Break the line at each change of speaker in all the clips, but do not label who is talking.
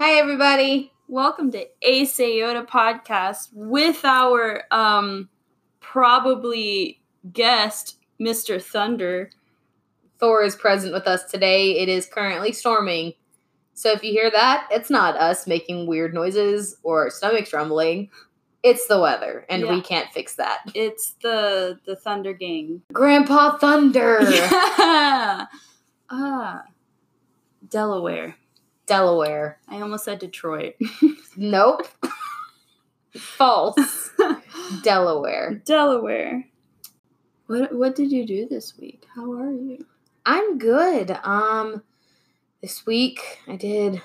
Hi, everybody. Welcome to Ace Iota Podcast with our um, probably guest, Mr. Thunder.
Thor is present with us today. It is currently storming. So if you hear that, it's not us making weird noises or our stomachs rumbling. It's the weather, and
Yeah.
we can't fix that.
It's the the Thunder Gang.
Grandpa Thunder,
Yeah. Ah, Delaware.
Delaware.
I almost said Detroit.
Nope. False. Delaware.
Delaware. What what did you do this week? How are you?
I'm good. Um, this week I did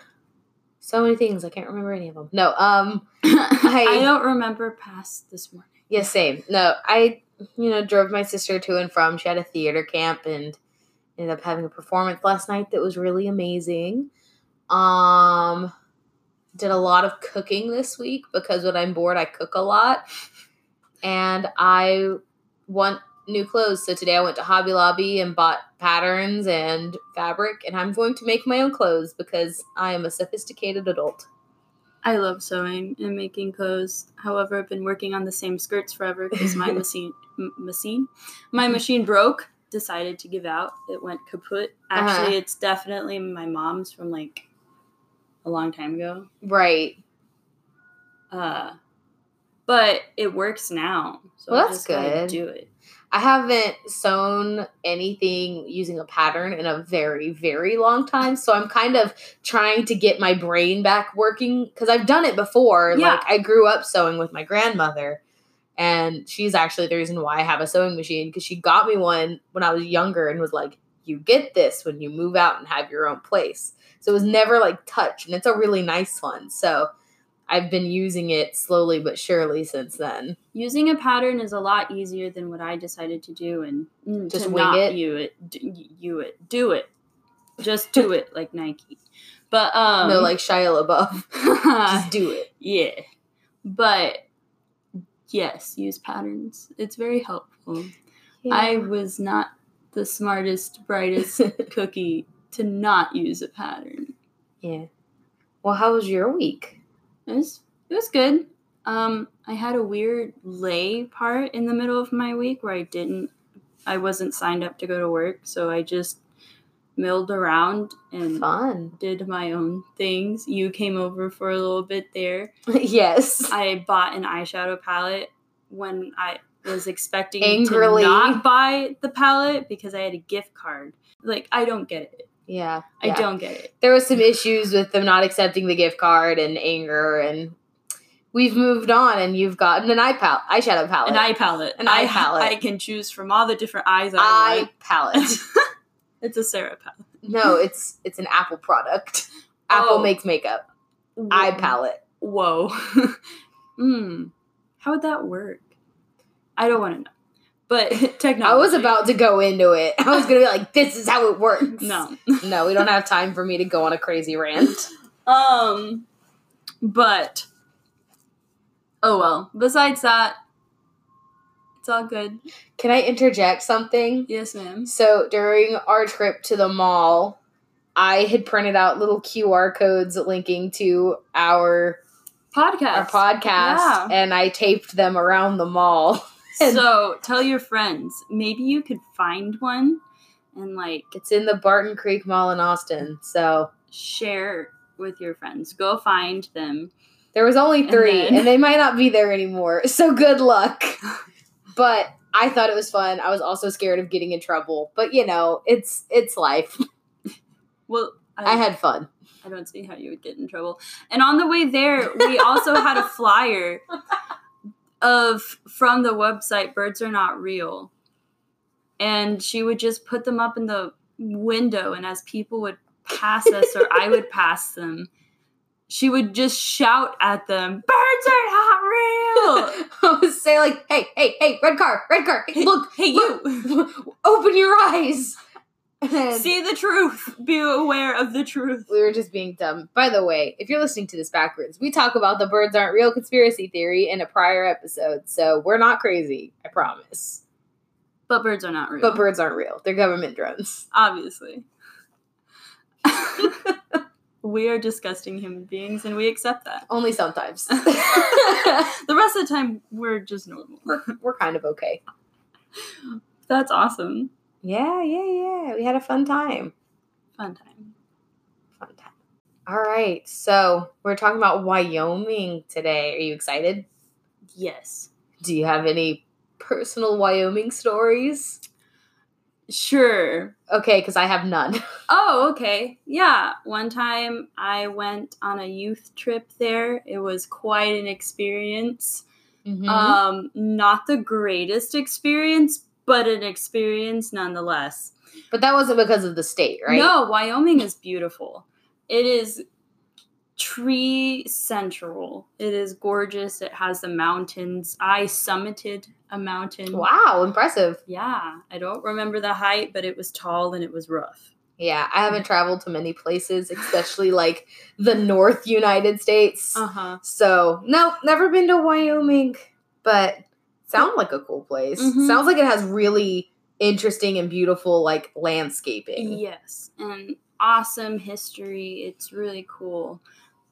so many things. I can't remember any of them. No. Um.
I, don't remember past this morning.
Yeah, same. No, I you know drove my sister to and from. She had a theater camp and ended up having a performance last night that was really amazing. Um did a lot of cooking this week because when I'm bored I cook a lot. And I want new clothes. So today I went to Hobby Lobby and bought patterns and fabric and I'm going to make my own clothes because I am a sophisticated adult.
I love sewing and making clothes. However, I've been working on the same skirts forever because my machine, m- machine, my
Mm-hmm.
machine broke. Decided to give out. It went kaput.
Uh-huh.
Actually, it's definitely my mom's from like a long time ago.
Right.
Uh, but it works now. So
Well,
I
that's
just gotta
good.
Do it.
I haven't sewn anything using a pattern in a very, very long time. So I'm kind of trying to get my brain back working because I've done it before.
Yeah.
Like I grew up sewing with my grandmother, and she's actually the reason why I have a sewing machine because she got me one when I was younger and was like, you get this when you move out and have your own place. So it was never like touch, and it's a really nice one. So I've been using it slowly but surely since then.
using a pattern is a lot easier than what I decided to do and mm,
Just
to
wing
not
it?
You it, d- you it, do it, just do it like Nike. But um,
no, like Shia LaBeouf, just do it.
yeah, but yes, use patterns. It's very helpful. I was not the smartest, brightest cookie to not use a pattern.
yeah. Well, how was your week?
It was it was good. Um, I had a weird lay part in the middle of my week where I didn't, I wasn't signed up to go to work, so I just milled around and
Fun.
did my own things. You came over for a little bit there.
yes.
I bought an eyeshadow palette when I was expecting
Angrily.
to not buy the palette because I had a gift card. Like I don't get it.
yeah.
I
yeah.
don't get it.
There was some issues with them not accepting the gift card and anger, and we've moved on, and you've gotten an eye pal- eyeshadow palette.
An eye palette.
An eye
I ha-
palette.
I can choose from all the different eyes I want.
eye palette.
It's a Sarah palette.
no, it's it's an Apple product. Apple
Oh.
makes makeup. Eye palette.
Whoa. Hmm. How would that work? I don't want to know. But technology.
I was about to go into it. I was gonna be like, "This is how it works."
No.
no, we don't have time for me to go on a crazy rant.
Um. But. Oh well. Besides that, it's all good.
Can I interject something?
Yes, ma'am.
So during our trip to the mall, I had printed out little QR codes linking to our our
Podcast.
podcast,
Yeah.
and I taped them around the mall.
so tell your friends. Maybe you could find one and like
It's in the Barton Creek Mall in Austin. So
share with your friends. Go find them.
there was only
And
three, and,
then-
they might not be there anymore. So good luck. but I thought it was fun. I was also scared of getting in trouble, but you know, it's it's life.
Well,
I had fun.
I don't see how you would get in trouble. And on the way there, we also had a flyer of from the website Birds Are Not Real. And she would just put them up in the window and as people would pass us or I would pass them, she would just shout at them, Birds are not real.
I would say like, hey, hey, hey, red car, red car, hey, look,
Hey you
Open your eyes. And
See the truth. Be aware of the truth.
we were just being dumb. By the way, if you're listening to this backwards, we talk about the birds aren't real conspiracy theory in a prior episode, so we're not crazy, I promise.
But birds are not real.
But birds aren't real. They're government drones.
obviously. we are disgusting human beings and we accept that.
Only sometimes.
The rest of the time, we're just normal.
we're, we're kind of okay.
That's awesome.
Yeah, yeah, yeah. We had a fun time.
Fun time.
Fun time. All right. So we're talking about Wyoming today. Are you excited?
Yes.
Do you have any personal Wyoming stories?
Sure.
Okay, because I have none.
Oh, okay. Yeah. One time I went on a youth trip there. It was quite an experience.
Uh,
Um, not the greatest experience, but an experience nonetheless.
but that wasn't because of the state, right?
No, Wyoming is beautiful. It is tree central. It is gorgeous. It has the mountains. I summited a mountain.
Wow, impressive.
Yeah, I don't remember the height, but it was tall and it was rough.
Yeah, I haven't traveled to many places, especially like the North United States.
huh.
So, no, never been to Wyoming, but sounds like a cool place.
Mhm.
Sounds like it has really interesting and beautiful like landscaping.
Yes, and awesome history. It's really cool.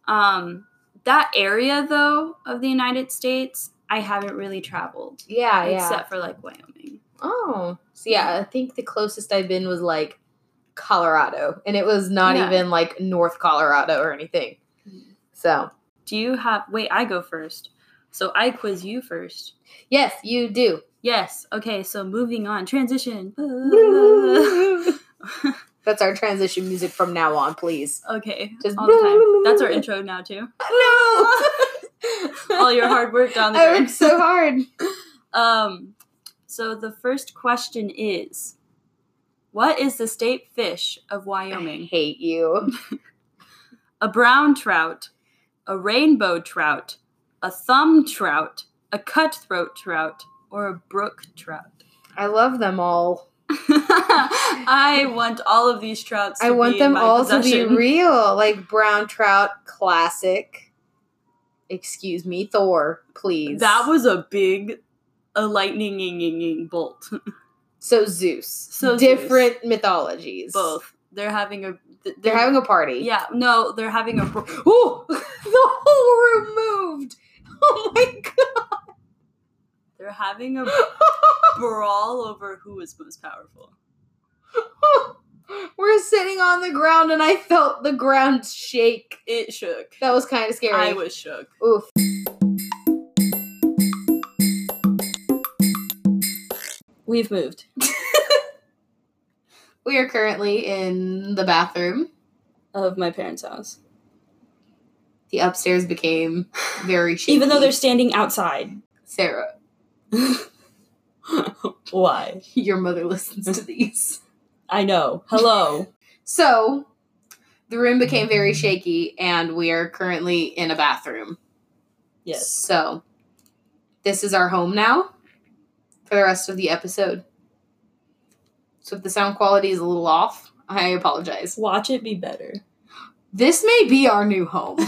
Um, that area, though, of the United States, I haven't really traveled
Yeah, yeah.
except for like Wyoming.
oh, so yeah, I think the closest I've been was like Colorado, and it was not
Yeah.
even like North Colorado or anything.
Mm.
So,
Do you have? Wait, I go first. So I quiz you first.
yes, you do.
Yes. Okay. So moving on. Transition.
That's our transition music from now on, please.
okay.
Just
all the time. That's our intro now too.
No.
All your hard work down the
I
drain.
worked so hard.
Um, so the first question is, what is the state fish of
I
Wyoming?
hate you.
A brown trout, a rainbow trout, a thumb trout, a cutthroat trout, or a brook trout?
I love them all.
I want all of these trouts. To
I want
be
them
in my
all to
possession.
be real, like brown trout, classic. Excuse me, Thor, please.
That was a big, a lightning bolt.
so Zeus.
So
different mythologies.
Both they're having a th-
They're having a party.
yeah no they're having a bro-
Ooh, the whole room moved. Oh my
they're having a
god.
brawl over who is most powerful.
We're sitting on the ground, and I felt the ground shake.
It shook.
That was kind of scary.
I was shook.
Oof.
We've moved.
We are currently in the bathroom.
Of my parents' house.
The upstairs became very shaky.
Even though they're standing outside.
Sarah,
Why?
your mother listens to these.
I know. Hello.
So, the room became very shaky, and we are currently in a bathroom.
yes.
So, this is our home now for the rest of the episode. So, if the sound quality is a little off, I apologize.
Watch it be better.
This may be our new home.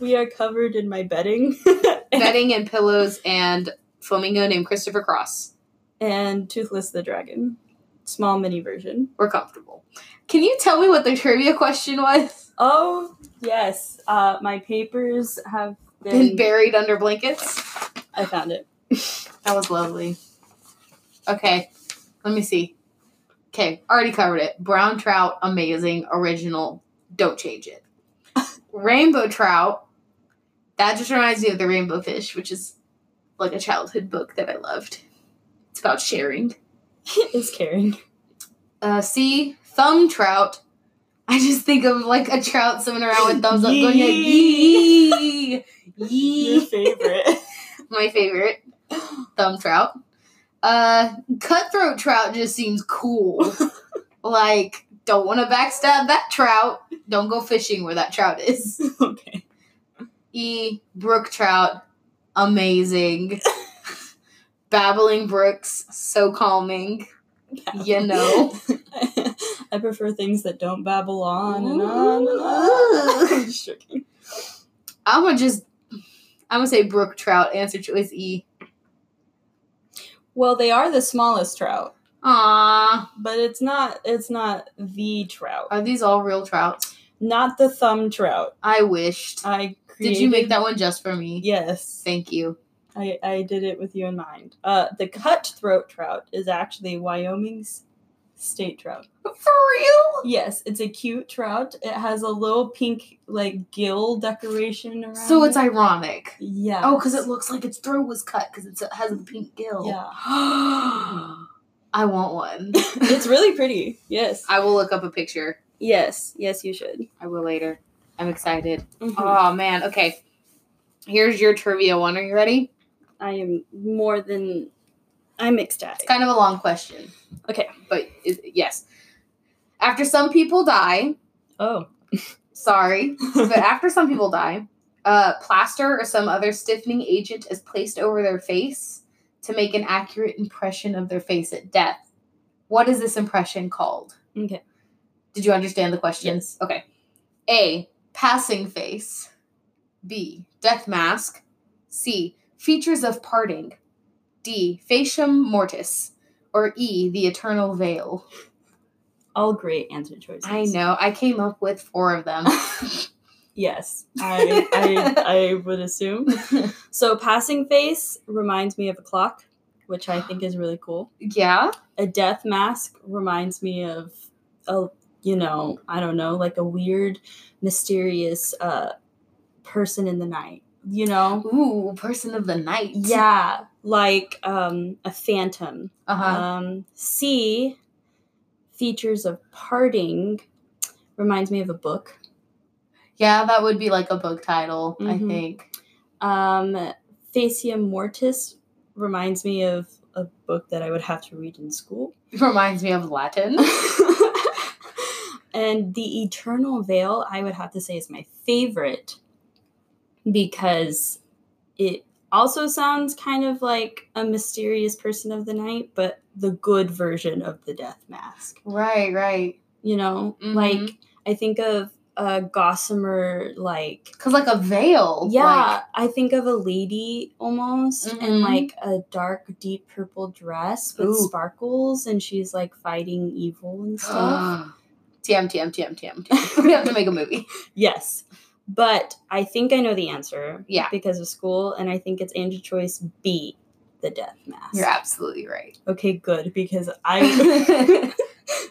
We are covered in my bedding
Bedding and pillows and flamingo named Christopher Cross.
and Toothless the Dragon. Small mini version.
We're comfortable. Can you tell me what the trivia question was?
Oh, yes. Uh, my papers have
Been
been.
buried under blankets?
I found it.
That was lovely. Okay, let me see. Okay, already covered it. Brown trout, amazing, original. Don't change it. Rainbow trout. That just reminds me of the rainbow fish, which is like a childhood book that I loved. It's about sharing.
it's Karen.
Uh, see, thumb trout. I just think of like a trout swimming around with thumbs up, going like yee,
Your
yee.
favorite.
My favorite. thumb trout. Uh, cutthroat trout just seems cool. like, don't want to backstab that trout. Don't go fishing where that trout is.
okay.
E. Brook trout, amazing. Babbling brooks, so calming.
babble.
You know.
I prefer things that don't babble on and on. And
Ooh.
on. I'm just joking.
I'm gonna just, I'm gonna say brook trout. Answer choice E.
Well, they are the smallest trout,
Ah,
but it's not. It's not the trout.
are these all real trouts?
Not the thumb trout.
I wished.
I created,
Did you make that one just for me?
Yes,
Thank you.
I I did it with you in mind. Uh, the cutthroat trout is actually Wyoming's state trout.
For real?
Yes, it's a cute trout. It has a little pink like gill decoration around.
So it's
it.
ironic.
yeah.
Oh, because it looks like its throat was cut because it has a pink gill.
Yeah.
I want one.
it's really pretty. Yes.
I will look up a picture.
Yes. Yes, you should.
I will later. I'm excited.
Mhm.
Oh man. Okay. Here's your trivia one. Are you ready?
I am more than. I'm
It's
ecstatic.
kind of a long question,
Okay.
but it, yes. After some people die,
Oh.
sorry, but after some people die, uh, plaster or some other stiffening agent is placed over their face to make an accurate impression of their face at death. What is this impression called?
Okay.
Did you understand the questions? Okay. A. Passing face. B. Death mask. C. Features of parting. D. Facium mortis. Or E. The eternal veil.
All great answer choices.
I know. I came up with four of them.
Yes, I, I I would assume. So passing face reminds me of a clock, which I think is really cool.
yeah.
A death mask reminds me of a you know I don't know like a weird, mysterious uh, person in the night. You know,
Ooh, person of the night.
yeah, like um, a phantom.
Uh-huh.
Um, C, features of parting, reminds me of a book.
yeah, that would be like a book title, I
Mhm.
think.
Um, Facium mortis reminds me of a book that I would have to read in school.
Reminds me of Latin.
and the eternal veil, I would have to say, is my favorite because it also sounds kind of like a mysterious person of the night, but the good version of the death mask.
right, right.
you know
Mhm.
like i think of a gossamer like
Cause like a veil.
yeah
like-
i think of a lady almost
Mhm.
in like a dark deep purple dress with
Ooh.
sparkles and she's like fighting evil and stuff
TM, TM, TM, TM, TM. We have to make a movie.
yes but i think i know the answer
Yeah.
because of school and i think it's answer choice b the death mask
You're absolutely right.
okay good because i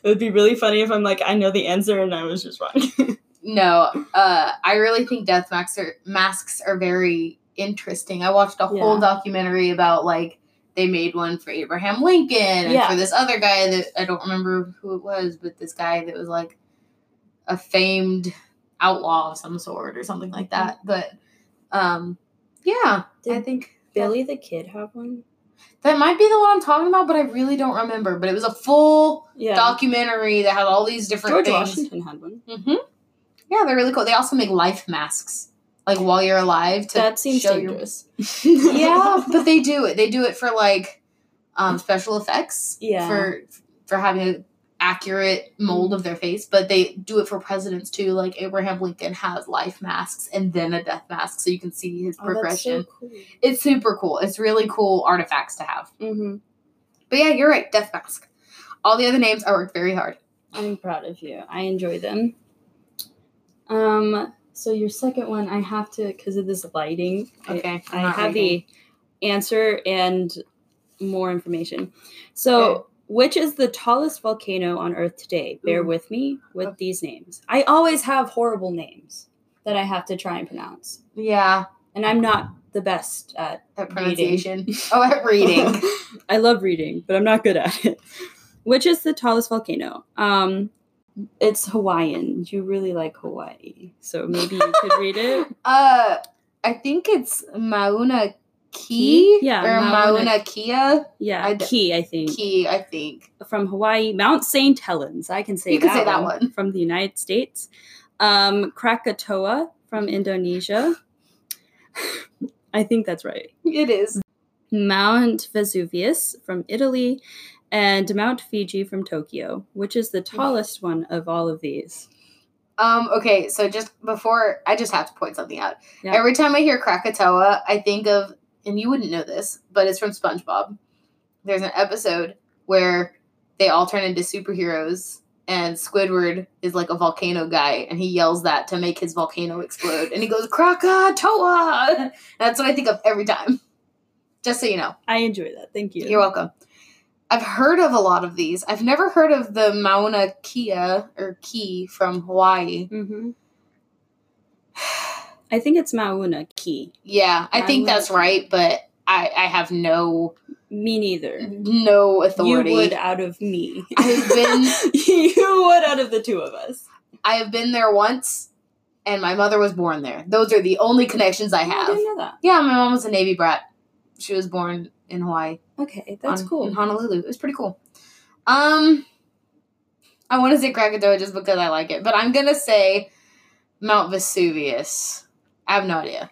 it would be really funny if i'm like i know the answer and i was just wrong
no, uh, I really think death masks are, masks are very interesting. I watched a whole
Yeah.
documentary about like they made one for Abraham Lincoln and
Yeah.
for this other guy that I don't remember who it was, but this guy that was like a famed outlaw of some sort or something like that. But um, yeah, I
Mm-hmm. Did
think
billy the kid have one
that might be the one I'm talking about, but I really don't remember. But it was a full
yeah
documentary that had all these different
George
things.
Washington had one.
hmm Yeah, they're really cool. They also make life masks, like while you're alive. To
That seems
show
dangerous.
Your...
Oh,
yeah, but they do it. They do it for like um, special effects.
Yeah.
For for having an accurate mold of their face, but they do it for presidents too. Like Abraham Lincoln has life masks and then a death mask, so you can see
Oh,
his progression. It's super cool. It's really cool artifacts to have.
hmm
But yeah, you're right. Death mask. All the other names I worked very hard.
I'm proud of you. I enjoy them. Um. So your second one, I have to because of this lighting. I-
I'm
I,
not
have
reading.
the answer and more information. So. Which is the tallest volcano on Earth today? Bear
Ooh.
with me with
Okay.
these names. I always have horrible names that I have to try and pronounce,
yeah
and I'm not the best at
that pronunciation.
Reading.
oh, at reading.
I love reading, but I'm not good at it. Which is the tallest volcano? Um, it's Hawaiian. You really like Hawaii, so maybe you could read it.
uh, I think it's Mauna Kea
Yeah,
or Mauna,
Mauna-
Kea.
Yeah,
I d-
Key, I think,
Key, I think.
from Hawaii, Mount St. Helens. I can say
You
that
can say that one.
from the United States. Um, Krakatoa from Indonesia. I think that's right.
It is.
Mount Vesuvius from Italy, and Mount Fiji from Tokyo, which is
Mm.
the tallest one of all of these.
Um, okay, so just before I just have to point something out.
Yeah.
Every time I hear Krakatoa, I think of and you wouldn't know this, but it's from SpongeBob. There's an episode where they all turn into superheroes and Squidward is like a volcano guy and he yells that to make his volcano explode and he goes Krakatoa. That's what I think of every time. Just so you know.
I enjoy that. Thank you.
You're welcome. I've heard of a lot of these. I've never heard of the Mauna Kea or Ki from Hawaii.
hmm I think it's Mauna Kea.
Yeah, I think
Mauna
that's
Kea.
right, but I, I have no
Me neither.
no authority.
You would out of me.
I've been
you would out of the two of us.
I have been there once, and my mother was born there. Those are the only connections I
I
have.
didn't know that.
Yeah, my mom was a Navy brat. She was born in Hawaii.
Okay, that's
on-
cool.
In Honolulu. It was pretty cool. Um, I want to say Krakatoa just because I like it, but I'm gonna say Mount Vesuvius. I have no idea.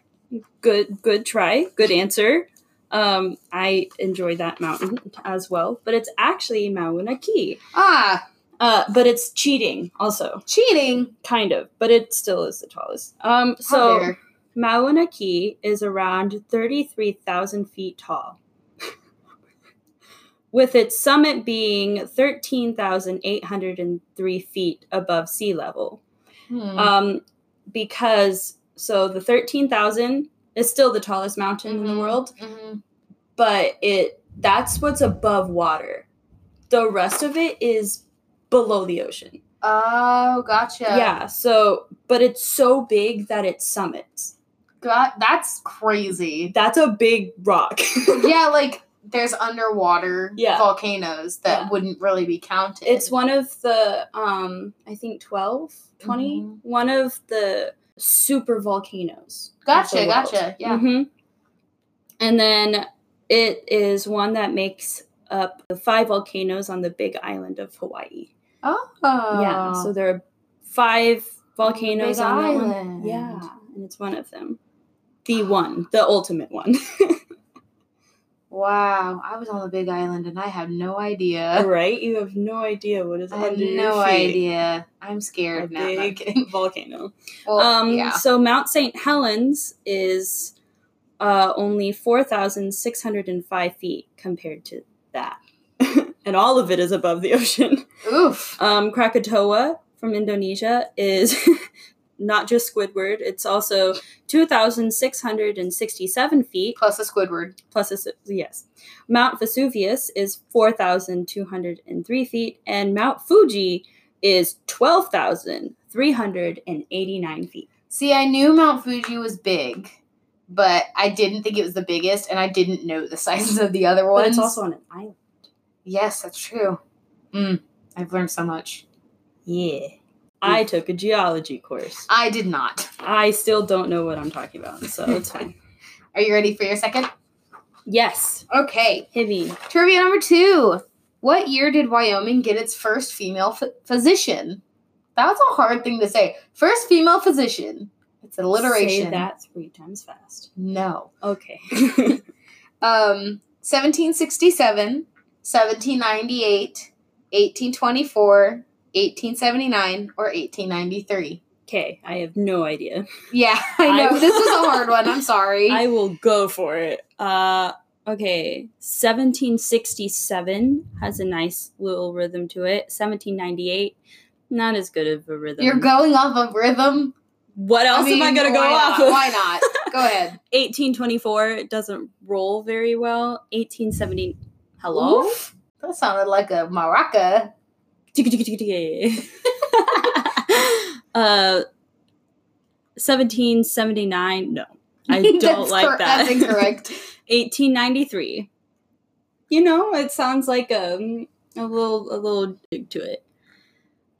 Good, good try. Good answer. Um, I enjoy that mountain as well, but it's actually Mauna Kea.
Ah,
Uh, but it's cheating also,
cheating.
kind of. But it still is the tallest. Um,
How
so
dare.
Mauna Kea is around 33,000 feet tall, with its summit being 13,803 feet above sea level.
Hmm.
Um, because, so the 13,000 is still the tallest mountain in
Mhm.
the world,
Mhm.
but it that's what's above water. The rest of it is below the ocean.
Oh, gotcha.
Yeah, so, but it's so big that it summits.
God, that's crazy.
That's a big rock.
yeah, like there's underwater
Yeah.
volcanoes that
Yeah.
wouldn't really be counted.
It's one of the um I think 12, 20,
Mhm.
one of the super volcanoes. of
Gotcha,
the world.
gotcha. Yeah.
Mhm. And then it is one that makes up the five volcanoes on the Big Island of Hawaii.
Oh.
Yeah, so there are five volcanoes
Big
on that one.
Island.
Yeah, and it's one of them. The one, the ultimate one.
Wow, I was on the Big Island and I had no idea.
right? You have no idea what is
I had
under your
no
feet.
idea. I'm scared
A
now. No, I'm
big
kidding.
volcano.
Well,
um,
yeah.
So Mount St. Helens is uh, only 4,605 feet compared to that. and all of it is above the ocean.
Oof.
Um, Krakatoa from Indonesia is not just Squidward, it's also 2,667 feet.
Plus a Squidward.
Plus, a, yes. Mount Vesuvius is 4,203 feet, and Mount Fuji is 12,389 feet.
See, I knew Mount Fuji was big, but I didn't think it was the biggest, and I didn't know the sizes of the other ones.
But it's also on an island.
yes, that's true. Mm, I've learned so much.
Yeah. I took a geology course.
I did not.
I still don't know what I'm talking about, so it's fine.
Are you ready for your second?
Yes,
Okay.
Hibby.
Trivia number two. What year did Wyoming get its first female ph physician? That's a hard thing to say. First female physician. It's alliteration.
Say that three times fast.
No.
Okay.
Um, 1767, 1798, 1824, 1879, or 1893.
okay, I have no idea.
Yeah, I
I-
know. this is a hard one. I'm sorry.
I will go for it. Uh, okay, 1767 has a nice little rhythm to it. 1798, not as good of a rhythm.
You're going off of rhythm.
What else
mean,
am I gonna go
why
off?
not?
Of?
Why not? Go ahead.
1824 it doesn't roll very well. 1870. Hello.
Oof. That sounded like a maraca.
uh, 1779. No, I don't
That's
like that.
cor- That's incorrect.
1893. You know, it sounds like a a little a little dig to it.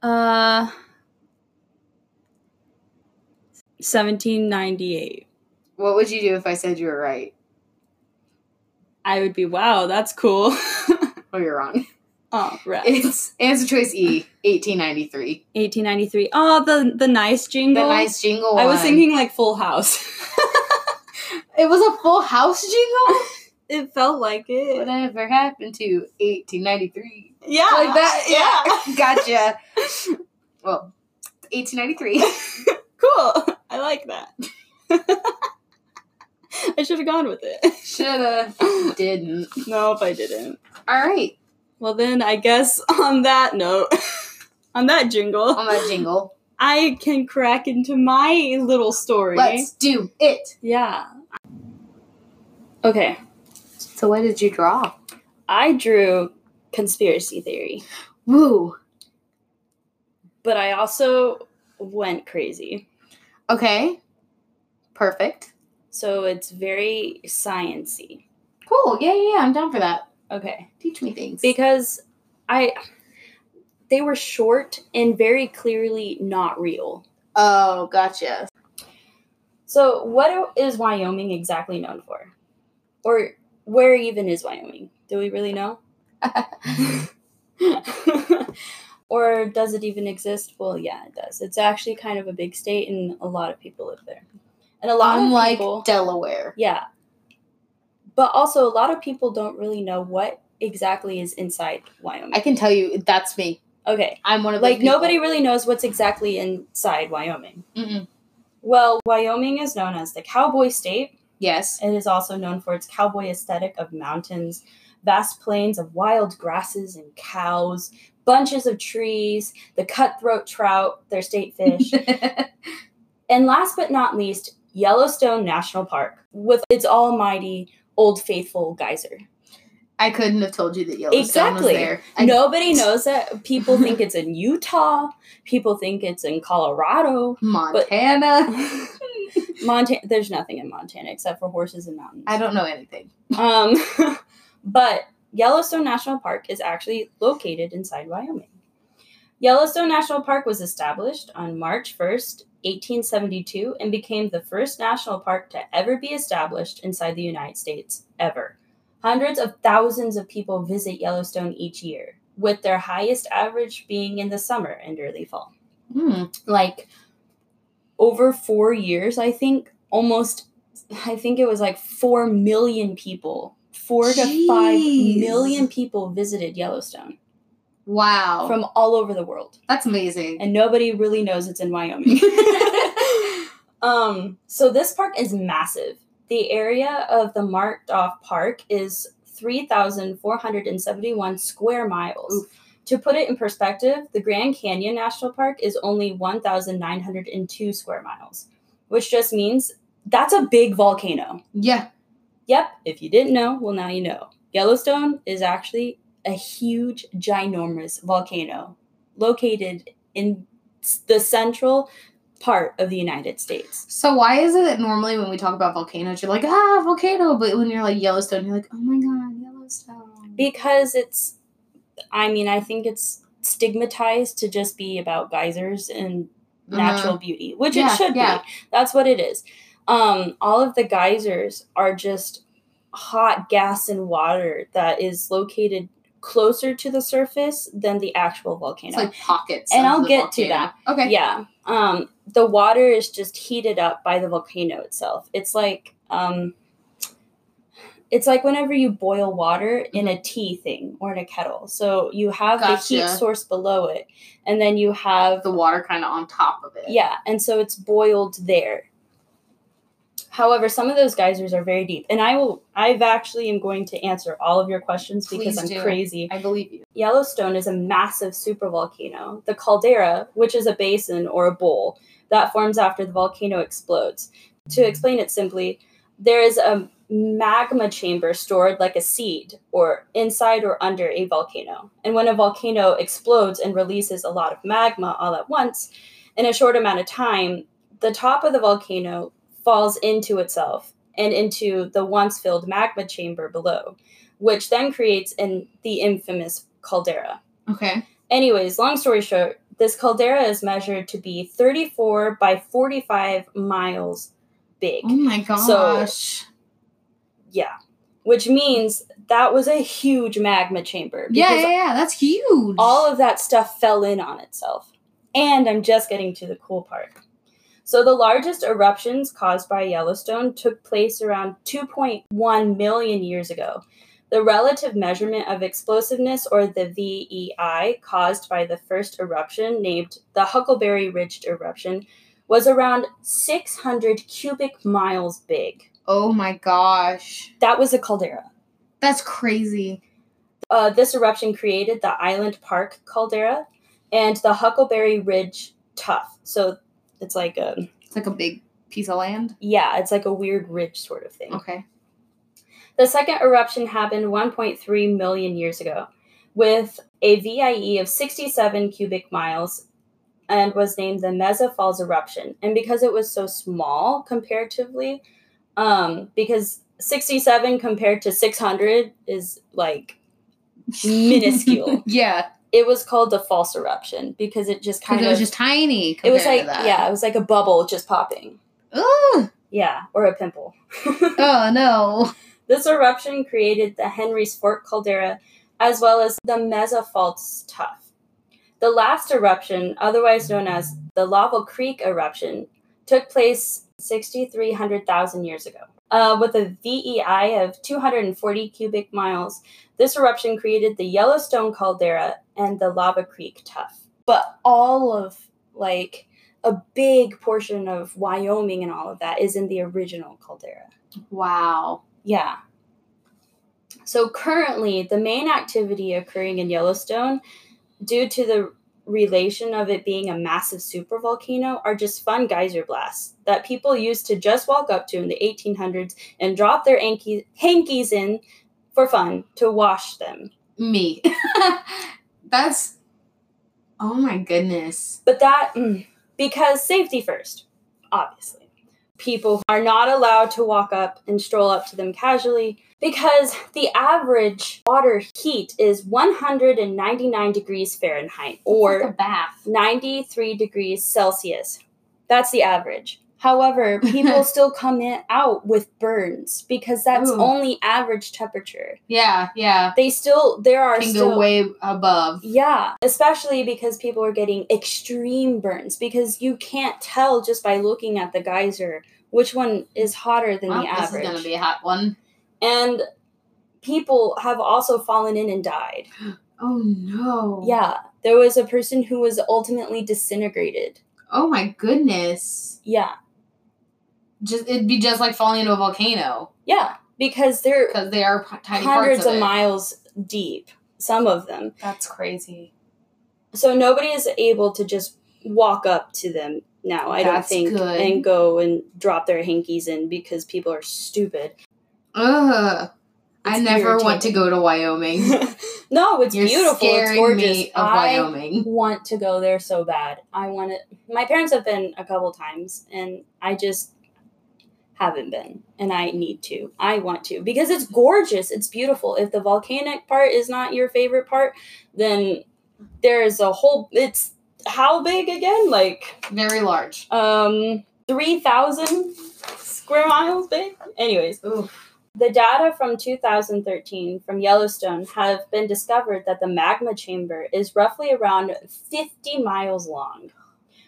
Uh 1798.
what would you do if I said you were right?
I would be wow, that's cool.
Oh, you're wrong.
oh, right.
It's answer choice E, 1893.
1893. Oh, the the nice
The
jingle.
nice jingle.
I was
one.
thinking like Full House.
it was a Full House jingle.
It felt like it.
Whatever happened to 1893?
yeah.
Like that?
Yeah.
gotcha. Well, 1893.
cool. I like that. I should have gone with it.
Shoulda. Didn't.
No, if I didn't.
All right.
Well, then I guess on that note, on that jingle,
Um,
On that jingle.
I can crack into my little story.
Let's do it.
Yeah. Okay.
So, what did you draw?
I drew conspiracy theory,
Woo.
but I also went crazy.
Okay. Perfect.
So it's very sciency.
Cool. Yeah, yeah, yeah. I'm down for that.
Okay.
Teach me things.
Because I they were short and very clearly not real.
oh, gotcha.
So what is Wyoming exactly known for? Or where even is Wyoming? Do we really know? or does it even exist? Well, yeah, it does. It's actually kind of a big state and a lot of people live there. And a lot of
Unlike
people
Delaware.
Yeah. But also, a lot of people don't really know what exactly is inside Wyoming.
I can tell you, that's me.
okay.
I'm one of those
Like,
people.
nobody really knows what's exactly inside Wyoming.
Mhm.
Well, Wyoming is known as the cowboy state.
Yes.
It is also known for its cowboy aesthetic of mountains, vast plains of wild grasses and cows, bunches of trees, the cutthroat trout, their state fish, and last but not least, Yellowstone National Park with its almighty Old Faithful geyser.
I couldn't have told you that Yellowstone was
Exactly.
there. I-
Nobody knows that. People think it's in Utah. People think it's in Colorado.
Montana.
Montana. There's nothing in Montana except for horses and mountains.
I don't know anything.
Um, but Yellowstone National Park is actually located inside Wyoming. Yellowstone National Park was established on March 1st, 1872, and became the first national park to ever be established inside the United States, ever. Hundreds of thousands of people visit Yellowstone each year, with their highest average being in the summer and early fall.
Hmm.
Like, over four years, I think, almost I think it was like four million people. Four to five
Jeez.
million people visited Yellowstone
Wow.
from all over the world,
that's amazing.
and nobody really knows it's in Wyoming. um, so this park is massive. The area of the marked off park is three thousand four hundred and seventy one square miles. To put it in perspective, the Grand Canyon National Park is only 1,902 square miles, which just means that's a big volcano.
yeah.
Yep, if you didn't know, well, now you know. Yellowstone is actually a huge, ginormous volcano located in s- the central part of the United States.
So why is it that normally when we talk about volcanoes, you're like, ah, volcano, but when you're like Yellowstone, you're like, oh my god, Yellowstone.
Because it's, I mean, I think it's stigmatized to just be about geysers and natural beauty, which
Uh-huh. Yeah,
it should
yeah.
be. That's what it is. Um, all of the geysers are just hot gas and water that is located closer to the surface than the actual volcano.
It's like pockets.
And
of
I'll
the
get to
volcano. Okay.
yeah. Um, the water is just heated up by the volcano itself. It's like um, it's like whenever you boil water in a tea thing or in a kettle. So you have the heat
Gotcha.
source below it, and then you have
The water kind of on top of it.
yeah, and so it's boiled there. However, some of those geysers are very deep, and I will. I've actually am going to answer all of your questions because
Please
I'm
do.
crazy.
I believe you.
Yellowstone is a massive supervolcano. The caldera, which is a basin or a bowl that forms after the volcano explodes. To explain it simply, there is a magma chamber stored like a seed or inside or under a volcano. And when a volcano explodes and releases a lot of magma all at once, in a short amount of time, the top of the volcano falls into itself and into the once filled magma chamber below which then creates an the infamous caldera.
Okay.
Anyways, long story short, this caldera is measured to be 34 by 45 miles big.
Oh my gosh.
Yeah. Which means that was a huge magma chamber.
yeah,
because
yeah, yeah. That's huge.
all of that stuff fell in on itself. And I'm just getting to the cool part. So the largest eruptions caused by Yellowstone took place around 2.1 million years ago. The relative measurement of explosiveness, or the VEI, caused by the first eruption, named the Huckleberry Ridge eruption, was around 600 cubic miles big.
Oh my gosh.
That was a caldera.
That's crazy.
Uh, this eruption created the Island Park caldera and the Huckleberry Ridge tuff. So it's like a
It's like a big piece of land.
yeah, it's like a weird ridge sort of thing.
Okay.
The second eruption happened 1.3 million years ago with a VIE of 67 cubic miles and was named the Mesa Falls eruption. And because it was so small comparatively, um, because 67 compared to 600 is like Minuscule.
yeah.
it was called the false eruption because it just
Because
kind
it was
of
just tiny.
it was like
compared to that.
yeah it was like a bubble just popping
Ooh.
yeah or a pimple
Oh no.
this eruption created the henry's fork caldera as well as the mesa falls tuff the last eruption otherwise known as the lava creek eruption took place 6300,000 years ago uh, with a VEI of 240 cubic miles, this eruption created the Yellowstone caldera and the Lava Creek tuff. But all of like a big portion of Wyoming and all of that is in the original caldera.
Wow.
Yeah. So currently, the main activity occurring in Yellowstone, due to the relation of it being a massive supervolcano, are just fun geyser blasts that people used to just walk up to in the 1800s and drop their hanky- hankies in for fun to wash them.
Me. That's. Oh my goodness.
But that, mm, because safety first, obviously. People are not allowed to walk up and stroll up to them casually because the average water heat is 199 degrees Fahrenheit
It's like
or
a bath.
93 degrees Celsius. That's the average. However, people still come in out with burns because that's
Ooh.
only average temperature.
Yeah. Yeah.
They still there are
Can
still
go way above.
yeah, especially because people are getting extreme burns because you can't tell just by looking at the geyser which one is hotter than
Well,
the
this is gonna
average.
be a hot one.
and people have also fallen in and died.
Oh no.
Yeah, there was a person who was ultimately disintegrated.
Oh my goodness.
Yeah,
Just it'd be just like falling into a volcano
yeah, because they're
because they are p- tiny
hundreds
parts of,
of
it.
miles deep, some of them.
That's crazy.
So nobody is able to just walk up to them now, I
That's
don't think,
good.
and go and drop their hankies in because people are stupid.
Ugh. I
It's
never want to go to Wyoming.
no, it's
You're
beautiful. It's
scaring
gorgeous.
me of
I
Wyoming.
want to go there so bad. I want to. My parents have been a couple times, and I just haven't been. And I need to. I want to because it's gorgeous. It's beautiful. If the volcanic part is not your favorite part, then there's a whole. It's how big again? Like
Very large.
um, three thousand square miles big. Anyways.
Ooh.
The data from 2013 from Yellowstone have been discovered that the magma chamber is roughly around 50 miles long,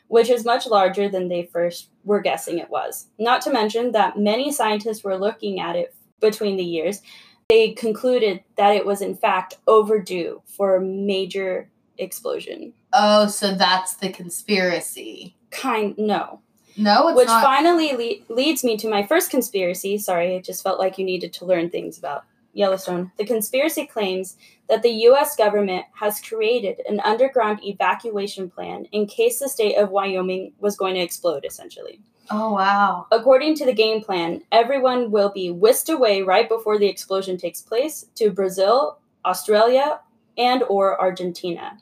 which is much larger than they first were guessing it was. Not to mention that many scientists were looking at it between the years. They concluded that it was in fact overdue for a major explosion.
Oh, so that's the conspiracy.
Kind no.
No, it's
Which
not.
finally le- leads me to my first conspiracy. Sorry, I just felt like you needed to learn things about Yellowstone. The conspiracy claims that the U.S. government has created an underground evacuation plan in case the state of Wyoming was going to explode, essentially.
oh wow.
According to the game plan, everyone will be whisked away right before the explosion takes place to Brazil, Australia, and or Argentina.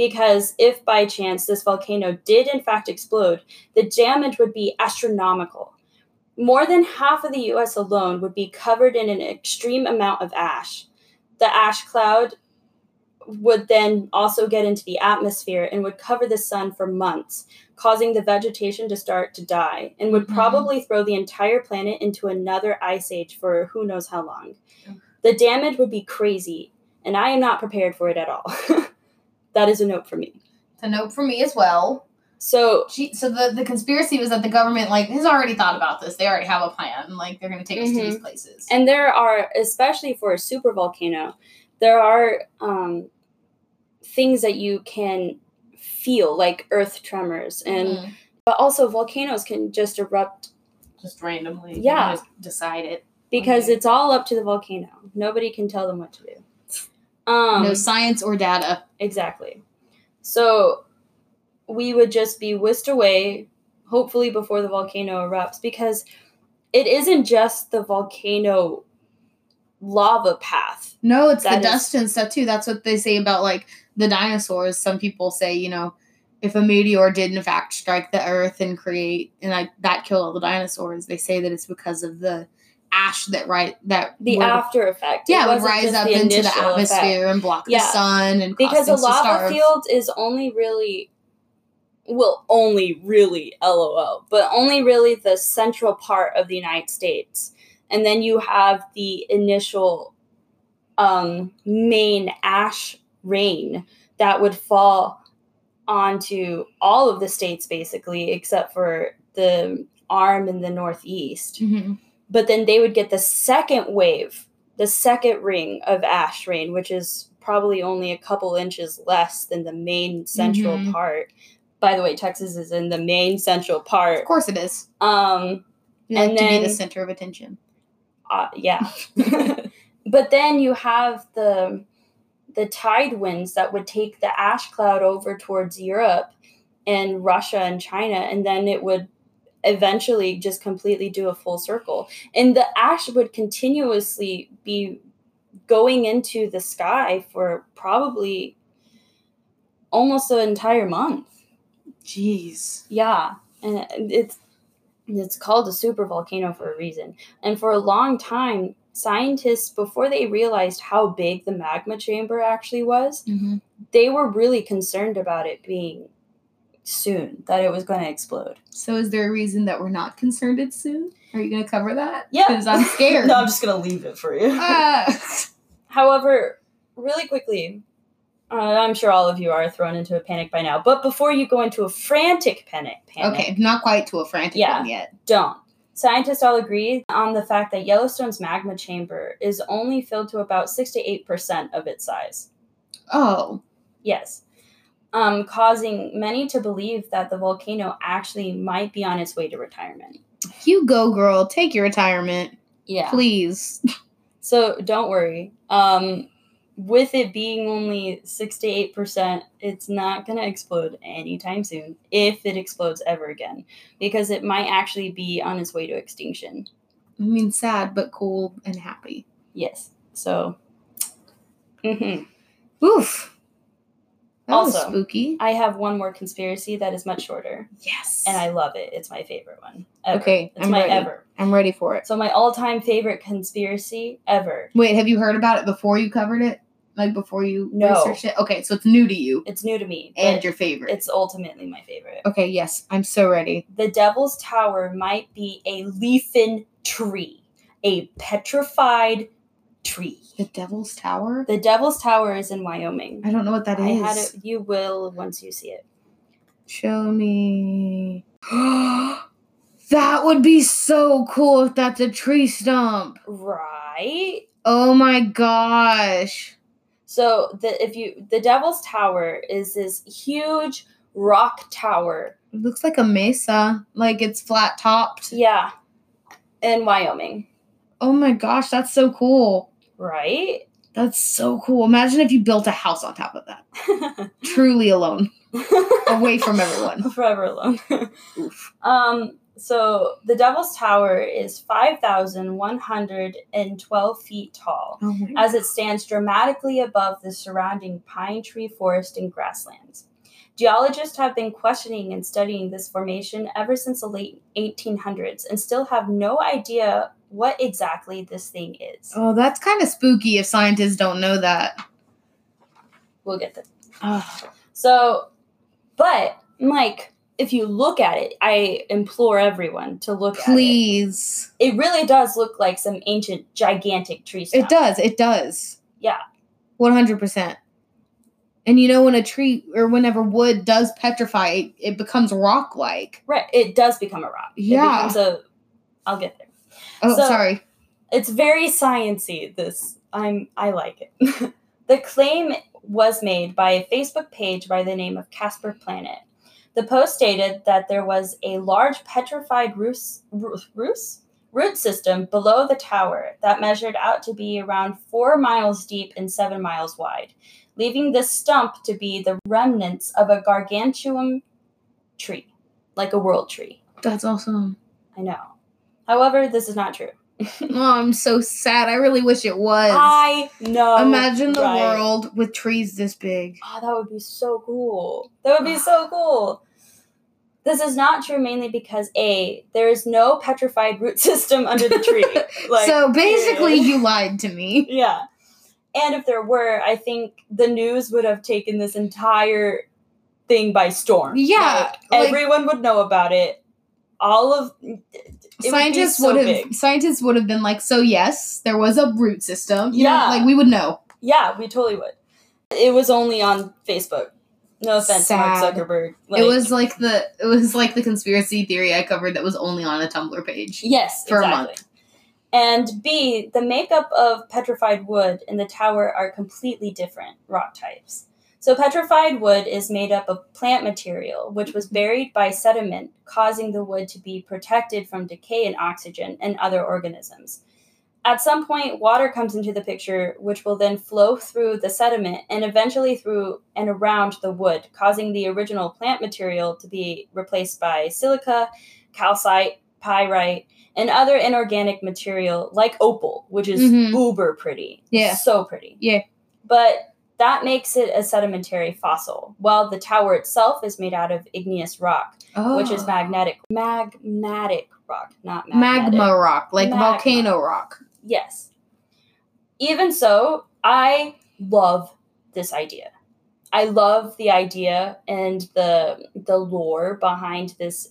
Because if by chance this volcano did in fact explode, the damage would be astronomical. More than half of the US alone would be covered in an extreme amount of ash. The ash cloud would then also get into the atmosphere and would cover the sun for months, causing the vegetation to start to die, and would
Mhm.
probably throw the entire planet into another ice age for who knows how long. The damage would be crazy, and I am not prepared for it at all. that is a note for me.
It's a note for me as well.
So
She, so the, the conspiracy was that the government like has already thought about this. They already have a plan. Like they're going to take us to these places.
Mm-hmm. And there are, especially for a super volcano, there are um, things that you can feel, like earth tremors, and
Mhm.
but also volcanoes can just erupt
just randomly, you
Yeah.
just decide it.
because
Okay.
it's all up to the volcano. Nobody can tell them what to do. Um,
no science or data.
exactly. So we would just be whisked away, hopefully before the volcano erupts, because it isn't just the volcano lava path
No, it's
That
the
is-
dust and stuff too. That's what they say about like the dinosaurs. Some people say, you know, if a meteor did in fact strike the earth and create and like that killed all the dinosaurs, they say that it's because of the ash that right that
the
would-
after effect. It
yeah would
wasn't
rise
just
up into the
initial effect.
atmosphere and block
Yeah.
the sun and cause
because a
things to
lava
starve.
field is only really well only really lol but only really the central part of the united states and then you have the initial um, main ash rain that would fall onto all of the states basically except for the arm in the northeast
Mhm.
but then they would get the second wave, the second ring of ash rain, which is probably only a couple inches less than the main central
Mhm.
part. By the way, Texas is in the main central
Of
part.
course, it is.
Um,
We
And
like to be
then-
the center of attention.
uh, yeah. but then you have the the tide winds that would take the ash cloud over towards Europe and Russia and China, and then it would eventually just completely do a full circle. And the ash would continuously be going into the sky for probably almost an entire month.
Jeez.
Yeah, and it's it's called a super volcano for a reason. And for a long time, scientists before they realized how big the magma chamber actually was,
Mhm.
they were really concerned about it being soon that it was going to explode.
So, is there a reason that we're not concerned it's soon? Are you going to cover that?
Yeah.
Because I'm scared.
just going to leave it for you.
Ah.
However, really quickly, uh, I'm sure all of you are thrown into a panic by now, but before you go into a frantic panic, panic
Okay, not quite to a frantic
Yeah.
one yet.
don't. Scientists all agree on the fact that Yellowstone's magma chamber is only filled to about 6 to 8% of its size.
Oh,
Yes. Um, causing many to believe that the volcano actually might be on its way to retirement.
you go, girl. Take your retirement,
Yeah.
please.
So don't worry. Um, with it being only 6 to 8%, it's not going to explode anytime soon, if it explodes ever again, because it might actually be on its way to extinction.
I mean, sad but cool and happy.
Yes. So. hmm
Oof. That
Also-
was spooky.
I have one more conspiracy that is much shorter,
Yes.
and I love it. It's my favorite one. ever.
Okay,
it's
I'm
my
ready.
ever.
I'm ready for it.
So my all-time favorite conspiracy ever.
Wait, have you heard about it before you covered it? Like before you
No.
researched it? Okay, so it's new to you
It's new to me, but
and your favorite.
it's ultimately my favorite.
okay, yes, I'm so ready.
The Devil's Tower might be a leafin tree, a petrified tree.
The Devil's Tower?
The Devil's Tower is in Wyoming.
I don't know what that is.
I had it. You will once you see it.
Show me. that would be so cool if that's a tree stump.
Right.
Oh my gosh.
So the if you the Devil's Tower is this huge rock tower
It looks like a mesa. Like it's flat topped.
Yeah. In Wyoming,
Oh my gosh, that's so cool.
right?
That's so cool. Imagine if you built a house on top of that. Truly alone. Away from everyone.
Forever alone.
Oof.
um, so the Devil's Tower is 5,112 feet tall
Oh my
as it stands dramatically above the surrounding pine tree forest and grasslands. Geologists have been questioning and studying this formation ever since the late 1800s and still have no idea what exactly this thing is.
Oh, that's kind of spooky if scientists don't know that.
We'll get there.
Ugh.
So, but like, if you look at it, I implore everyone to look
Please.
at it. It really does look like some ancient, gigantic tree stump.
It does. It does.
Yeah.
100%. And you know when a tree or whenever wood does petrify, it, it becomes rock like.
Right. It does become a rock.
Yeah.
It becomes a. I'll get there.
Oh,
So-
sorry.
It's very sciency. This I'm I like it. the claim was made by a Facebook page by the name of Casper Planet. The post stated that there was a large petrified roos, roo- roos? root system below the tower that measured out to be around four miles deep and seven miles wide, leaving this stump to be the remnants of a gargantuan tree, like a world tree.
That's awesome.
I know. However, this is not true.
Oh, I'm so sad. I really wish it was.
I know.
Imagine the
right?
world with trees this big.
Oh, that would be so cool. That would be so cool. This is not true mainly because A, there is no petrified root system under the tree. Like
so basically,
yeah.
you lied to me.
Yeah. And if there were, I think the news would have taken this entire thing by storm.
Yeah,
Like,
like-
everyone would know about it. All of it would be
scientists
so
would have
big.
scientists would have been like, so yes, there was a root system. You know,
Yeah.
like we would know.
Yeah, we totally would. It was only on Facebook. No offense, Mark
Sad.
Zuckerberg.
it was like the it was like the conspiracy theory I covered that was only on a Tumblr page.
Yes,
For a
exactly.
month.
And B, the makeup of petrified wood in the tower are completely different rock types. So, petrified wood is made up of plant material, which was buried by sediment, causing the wood to be protected from decay and oxygen and other organisms. At some point, water comes into the picture, which will then flow through the sediment and eventually through and around the wood, causing the original plant material to be replaced by silica, calcite, pyrite, and other inorganic material like opal, which is
Mhm.
uber pretty.
Yeah.
So pretty.
Yeah.
But that makes it a sedimentary fossil, while the tower itself is made out of igneous rock,
Oh.
which is magnetic. Magmatic rock, not magnetic.
magma rock, like
Magma.
volcano rock.
Yes. Even so, I love this idea. I love the idea and the the lore behind this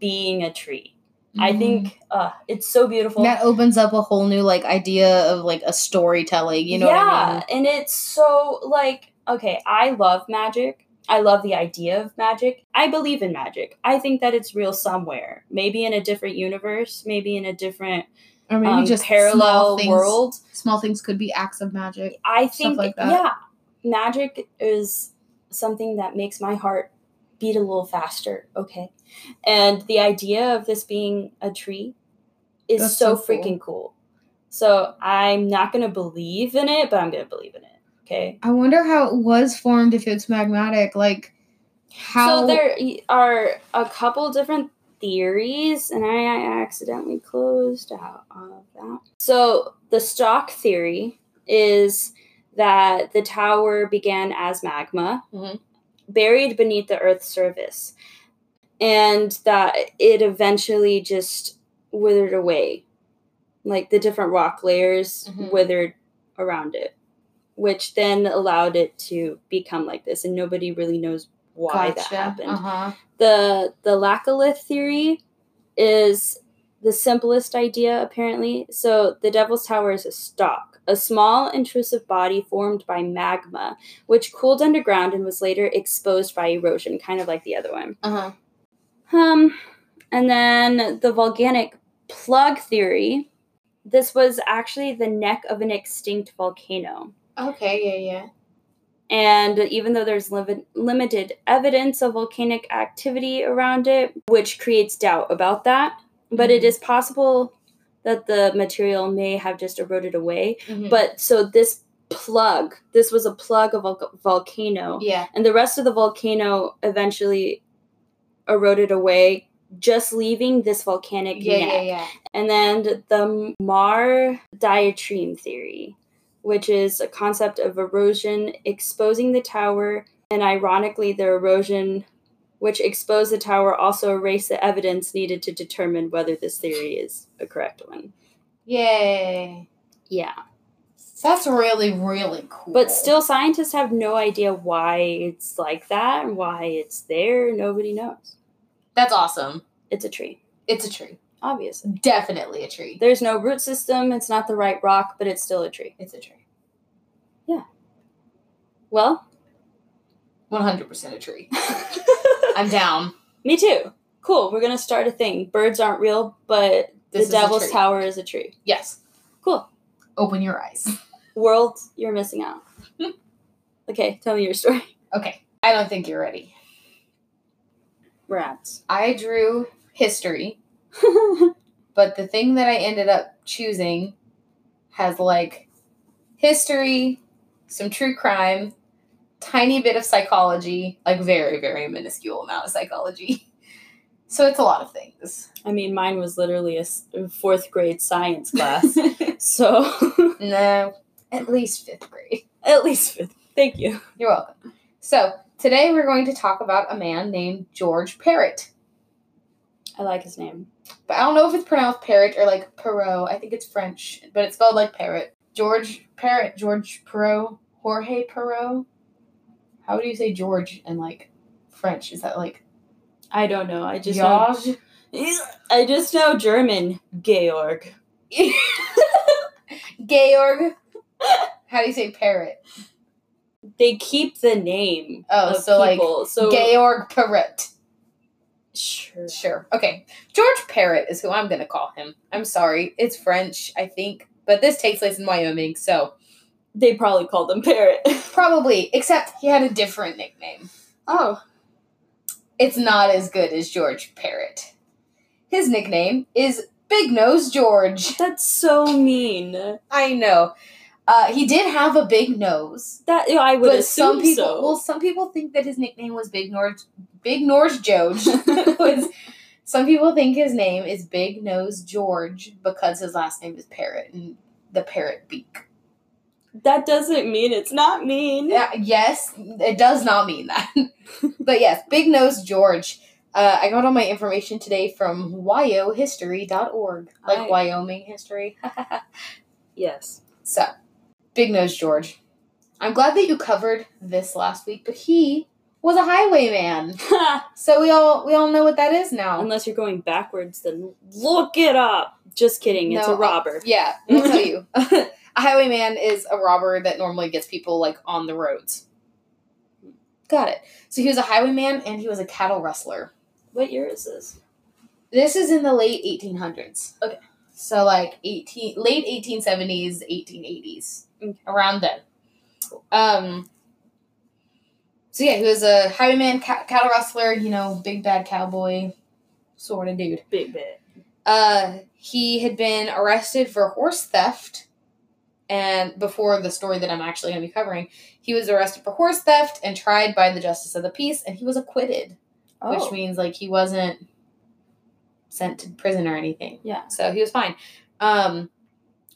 being a tree.
Mm-hmm.
I
Mm.
think uh, it's so beautiful.
that opens up a whole new like idea of like a storytelling. You know
yeah,
what I mean?
and it's so like okay, I love magic. I love the idea of magic. I believe in magic. I think that it's real somewhere, maybe in a different universe, maybe in a different
Or maybe
um,
just small
parallel
things,
world.
Small things could be acts of magic.
I
Stuff
think
like that.
yeah, magic is something that makes my heart beat a little faster. Okay, and the idea of this being a tree is
That's
so,
so cool.
freaking cool. So I'm not gonna believe in it, but I'm gonna believe in it. Okay.
I wonder how it was formed if it's magmatic. Like how
So there y- are a couple different theories, and I I accidentally closed out of that. So the stock theory is that the tower began as magma
Mhm.
buried beneath the Earth's surface, and that it eventually just withered away, like the different rock layers
Mhm.
withered around it. Which then allowed it to become like this, and nobody really knows why that happened.
Uh-huh.
The the laccolith theory is the simplest idea apparently. So the Devil's Tower is a stalk, a small intrusive body formed by magma, which cooled underground and was later exposed by erosion, kind of like the other one.
Uh-huh.
Um, and then the volcanic plug theory. This was actually the neck of an extinct volcano.
Okay, yeah, yeah.
And even though there's liv- limited evidence of volcanic activity around it, which creates doubt about that, but it
Mhm.
is possible that the material may have just eroded away.
Mm-hmm.
Mhm.
But so this plug, this was a plug of a vol- volcano,
yeah.
and the rest of the volcano eventually eroded away, just leaving this volcanic
Yeah,
neck.
yeah, yeah.
And then the Mar diatreme theory, which is a concept of erosion exposing the tower, and ironically, the erosion which exposed the tower also erased the evidence needed to determine whether this theory is a correct one.
Yay.
Yeah.
That's really really cool.
But still, scientists have no idea why it's like that and why it's there. Nobody knows.
That's awesome.
It's a tree,
It's a tree.
obviously.
Definitely a tree.
There's no root system, it's not the right rock, but it's still a tree.
It's a tree.
Well,
One hundred percent a tree. I'm down.
Me too. Cool. We're gonna start a thing. Birds aren't real, but
This is a
the Devil's
tree.
Tower is a tree.
Yes.
Cool.
Open your eyes.
World, you're missing out. okay, tell me your story.
Okay. I don't think you're ready.
Rats.
I drew history, but the thing that I ended up choosing has like history, some true crime, tiny bit of psychology, like very, very minuscule amount of psychology. So it's a lot of things.
I mean, mine was literally a s- fourth grade science class, so
no, at least fifth grade.
at least fifth. Thank you.
You're welcome. So, today we're going to talk about a man named George Parrot.
I like his name.
But I don't know if it's pronounced Parrot or like Perot. I think it's French, but it's spelled like Parrot. George Parrot, George Perot, Jorge Perot. How do you say George in like French? Is that like
I don't know. I just know,
George?
I just know German. Georg.
Georg? How do you say parrot?
They keep the name.
Oh,
of
so like
people. so
Georg Parrot.
sure.
Sure. Okay. George Parrot is who I'm going to call him. I'm sorry. It's French, I think. But this takes place in Wyoming, so
They probably called him Parrot.
probably, except he had a different nickname.
Oh,
It's not as good as George Parrot. His nickname is Big Nose George.
that's so mean.
I know. Uh, he did have a big nose,
That I would
but
assume
some people
so.
well, some people think that his nickname was Big Nose Big Nose George. was, some people think his name is Big Nose George because his last name is Parrot and the parrot beak.
that doesn't mean it's not mean.
Yeah, yes, it does not mean that. but yes, Big Nose George. Uh, I got all my information today from wyohistory.org, like
I-
Wyoming history.
Yes.
so, Big Nose George. I'm glad that you covered this last week, but he was a highwayman. So we all we all know what that is now.
Unless you're going backwards, then look it up. Just kidding. It's
No,
a robber.
Yeah, I'll tell you. a highwayman is a robber that normally gets people like on the roads. Got it. So he was a highwayman and he was a cattle rustler.
what year is this?
This is in the late 1800s.
Okay.
So like 18 late 1870s, 1880s.
Okay.
Around then. Um So yeah, he was a highwayman ca- cattle rustler, you know, big bad cowboy sort of dude.
Big bit.
Uh he had been arrested for horse theft and before the story that I'm actually going to be covering, he was arrested for horse theft and tried by the justice of the peace and he was acquitted
Oh.
which means like he wasn't sent to prison or anything.
yeah.
So he was fine. Um,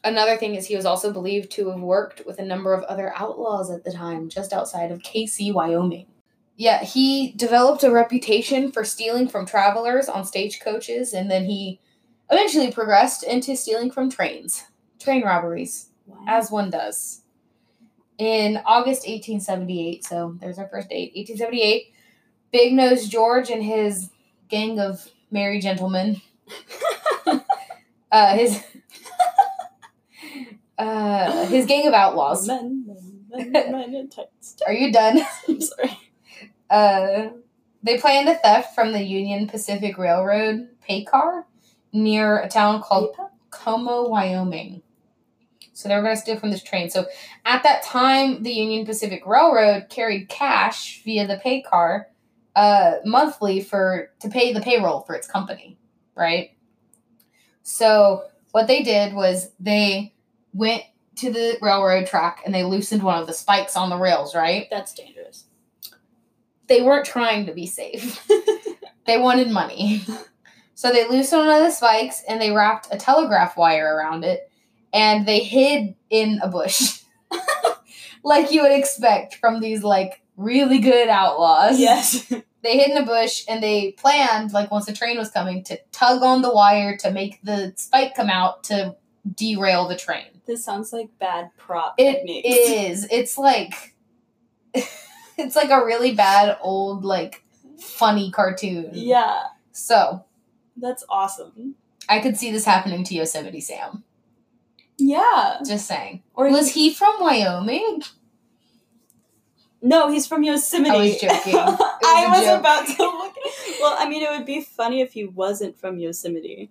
another thing is he was also believed to have worked with a number of other outlaws at the time, just outside of KC, Wyoming. Yeah, he developed a reputation for stealing from travelers on stagecoaches, and then he eventually progressed into stealing from trains, train robberies,
Wow.
as one does. In August 1878, so there's our first date, 1878, Big Nose George and his gang of merry gentlemen, uh, his uh, his gang of outlaws.
men, men, men, men in tights.
Are you done?
I'm sorry.
Uh, they planned a theft from the Union Pacific Railroad paycar near a town called Como, Wyoming. So they were going to steal from this train. So at that time, the Union Pacific Railroad carried cash via the pay car uh, monthly for to pay the payroll for its company, right? So what they did was they went to the railroad track and they loosened one of the spikes on the rails, right?
That's dangerous.
They weren't trying to be safe. They wanted money. So they loosened one of the spikes and they wrapped a telegraph wire around it and they hid in a bush. like you would expect from these like really good outlaws.
yes.
They hid in a bush and they planned, like once the train was coming, to tug on the wire to make the spike come out to derail the train.
This sounds like bad prop
It
techniques.
is. It's like it's like a really bad old, like funny cartoon.
Yeah.
So
That's awesome.
I could see this happening to Yosemite Sam.
Yeah.
Just saying.
Or
Was he from Wyoming?
No, he's from Yosemite.
I was Oh, joking. It was
I
a
was
joke.
about to look. Well, I mean, it would be funny if he wasn't from Yosemite.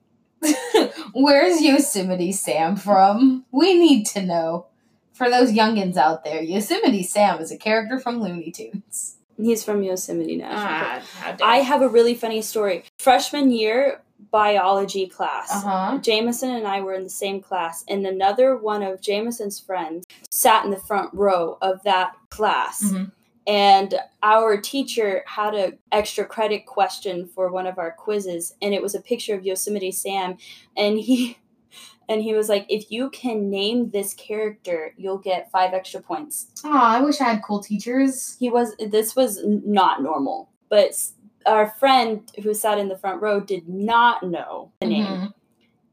Where's Yosemite Sam from? We need to know. For those youngins out there, Yosemite Sam is a character from Looney Tunes.
He's from Yosemite National. Park.
Ah,
Ah, how dare
I have a really funny story. Freshman year biology class.
huh.
Jameson and I were in the same class, and another one of Jameson's friends sat in the front row of that class.
Mhm.
And our teacher had a extra credit question for one of our quizzes, and it was a picture of Yosemite Sam, and he and he was like, "If you can name this character, you'll get five extra points."
Aw, I wish I had cool teachers.
he was this was n- not normal but s- our friend who sat in the front row did not know the name
Mhm.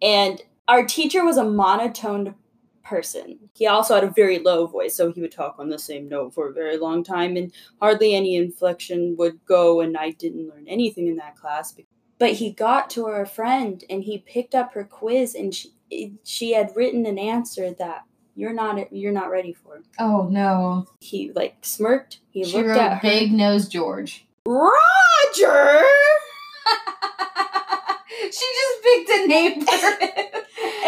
and our teacher was a monotoned person he also had a very low voice so he would talk on the same note for a very long time and hardly any inflection would go and i didn't learn anything in that class but he got to our friend and he picked up her quiz and she it- she had written an answer that you're not you're not ready for
Oh no.
he like smirked he
she
looked
wrote
at her
Big Nose George.
Roger!
she just picked a name for it.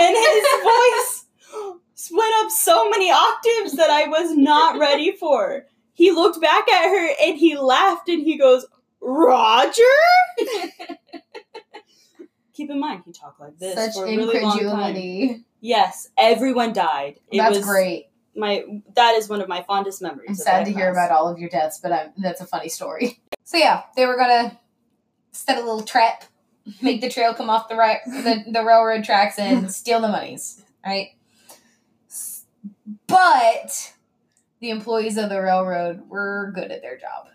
And his voice went up so many octaves that I was not ready for. He looked back at her and he laughed and he goes, Roger? Keep in mind, he talked like this
Such
for a really long time.
incredulity.
Yes, everyone died. It
That's
was
great.
My that is one of my fondest memories.
I'm
of
sad
that
to hear
class.
about all of your deaths, but I'm, that's a funny story. So yeah, they were gonna set a little trap, make the trail come off the right the, the railroad tracks and steal the monies, right? S- But the employees of the railroad were good at their job.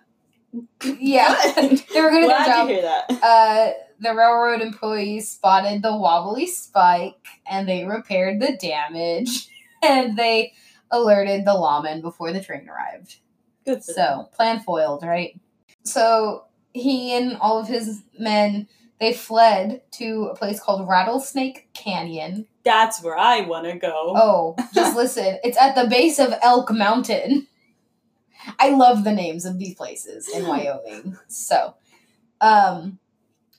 Yeah,
Good.
they were good
Glad
at their
to
job.
hear that.
Uh, the railroad employees spotted the wobbly spike and they repaired the damage and they alerted the lawman before the train arrived.
Good. for them.
So, plan foiled, right? So, he and all of his men they fled to a place called Rattlesnake Canyon.
That's where I want to go.
Oh, just listen. It's at the base of Elk Mountain. I love the names of these places in Wyoming. So, um,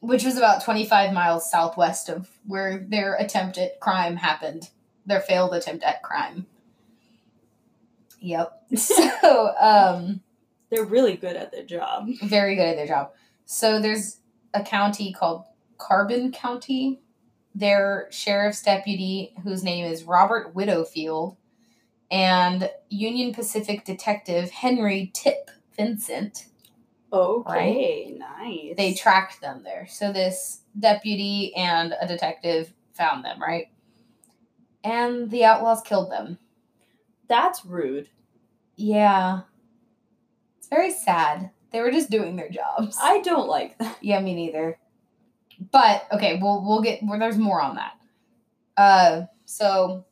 which was about 25 miles southwest of where their attempt at crime happened, their failed attempt at crime. Yep. So, um,
They're really good at their job.
very good at their job. So there's a county called Carbon County. Their sheriff's deputy, whose name is Robert Widowfield, and Union Pacific detective Henry Tip Vincent,
Okay, nice.
they tracked them there. So this deputy and a detective found them, right? And the outlaws killed them.
That's rude.
Yeah. It's very sad. They were just doing their jobs.
I don't like that.
Yeah, me neither. But okay, we'll we'll get well, there's more on that. Uh, so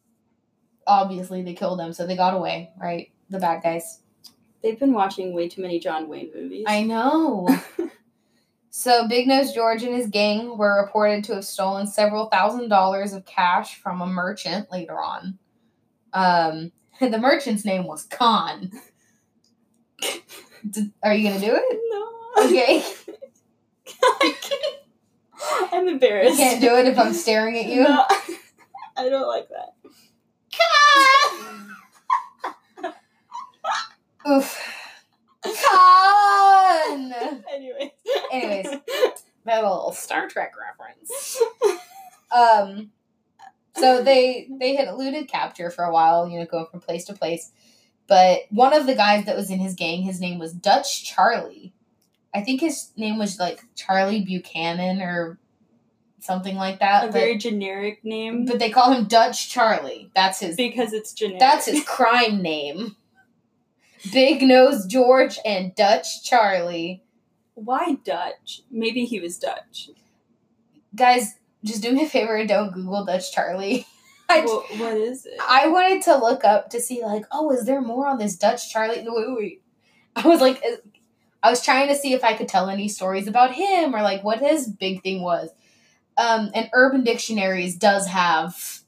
obviously they killed them, so they got away, right? The bad guys.
They've been watching way too many John Wayne movies.
I know. so Big Nose George and his gang were reported to have stolen several thousand dollars of cash from a merchant later on. Um, the merchant's name was Con. D- Are you gonna do it?
no.
Okay,
I'm
you
embarrassed.
can't do it if I'm staring at you.
No. I don't like that.
Oof. Con!
Anyway.
Anyways, that little Star Trek reference. Um, so they they had eluded capture for a while, you know, going from place to place. But one of the guys that was in his gang, his name was Dutch Charlie. I think his name was like Charlie Buchanan or something like
A
that.
very
But,
generic name
but they call him Dutch Charlie. That's his
because it's generic.
that's his crime name. Big Nose George and Dutch Charlie.
Why Dutch? Maybe he was Dutch.
Guys, just do me a favor and don't Google Dutch Charlie. I,
Wha- what is it?
I wanted to look up to see, like, oh, is there more on this Dutch Charlie? No, Wait, wait, wait. I was like, is- I was trying to see if I could tell any stories about him or like what his big thing was. Um, and Urban Dictionaries does have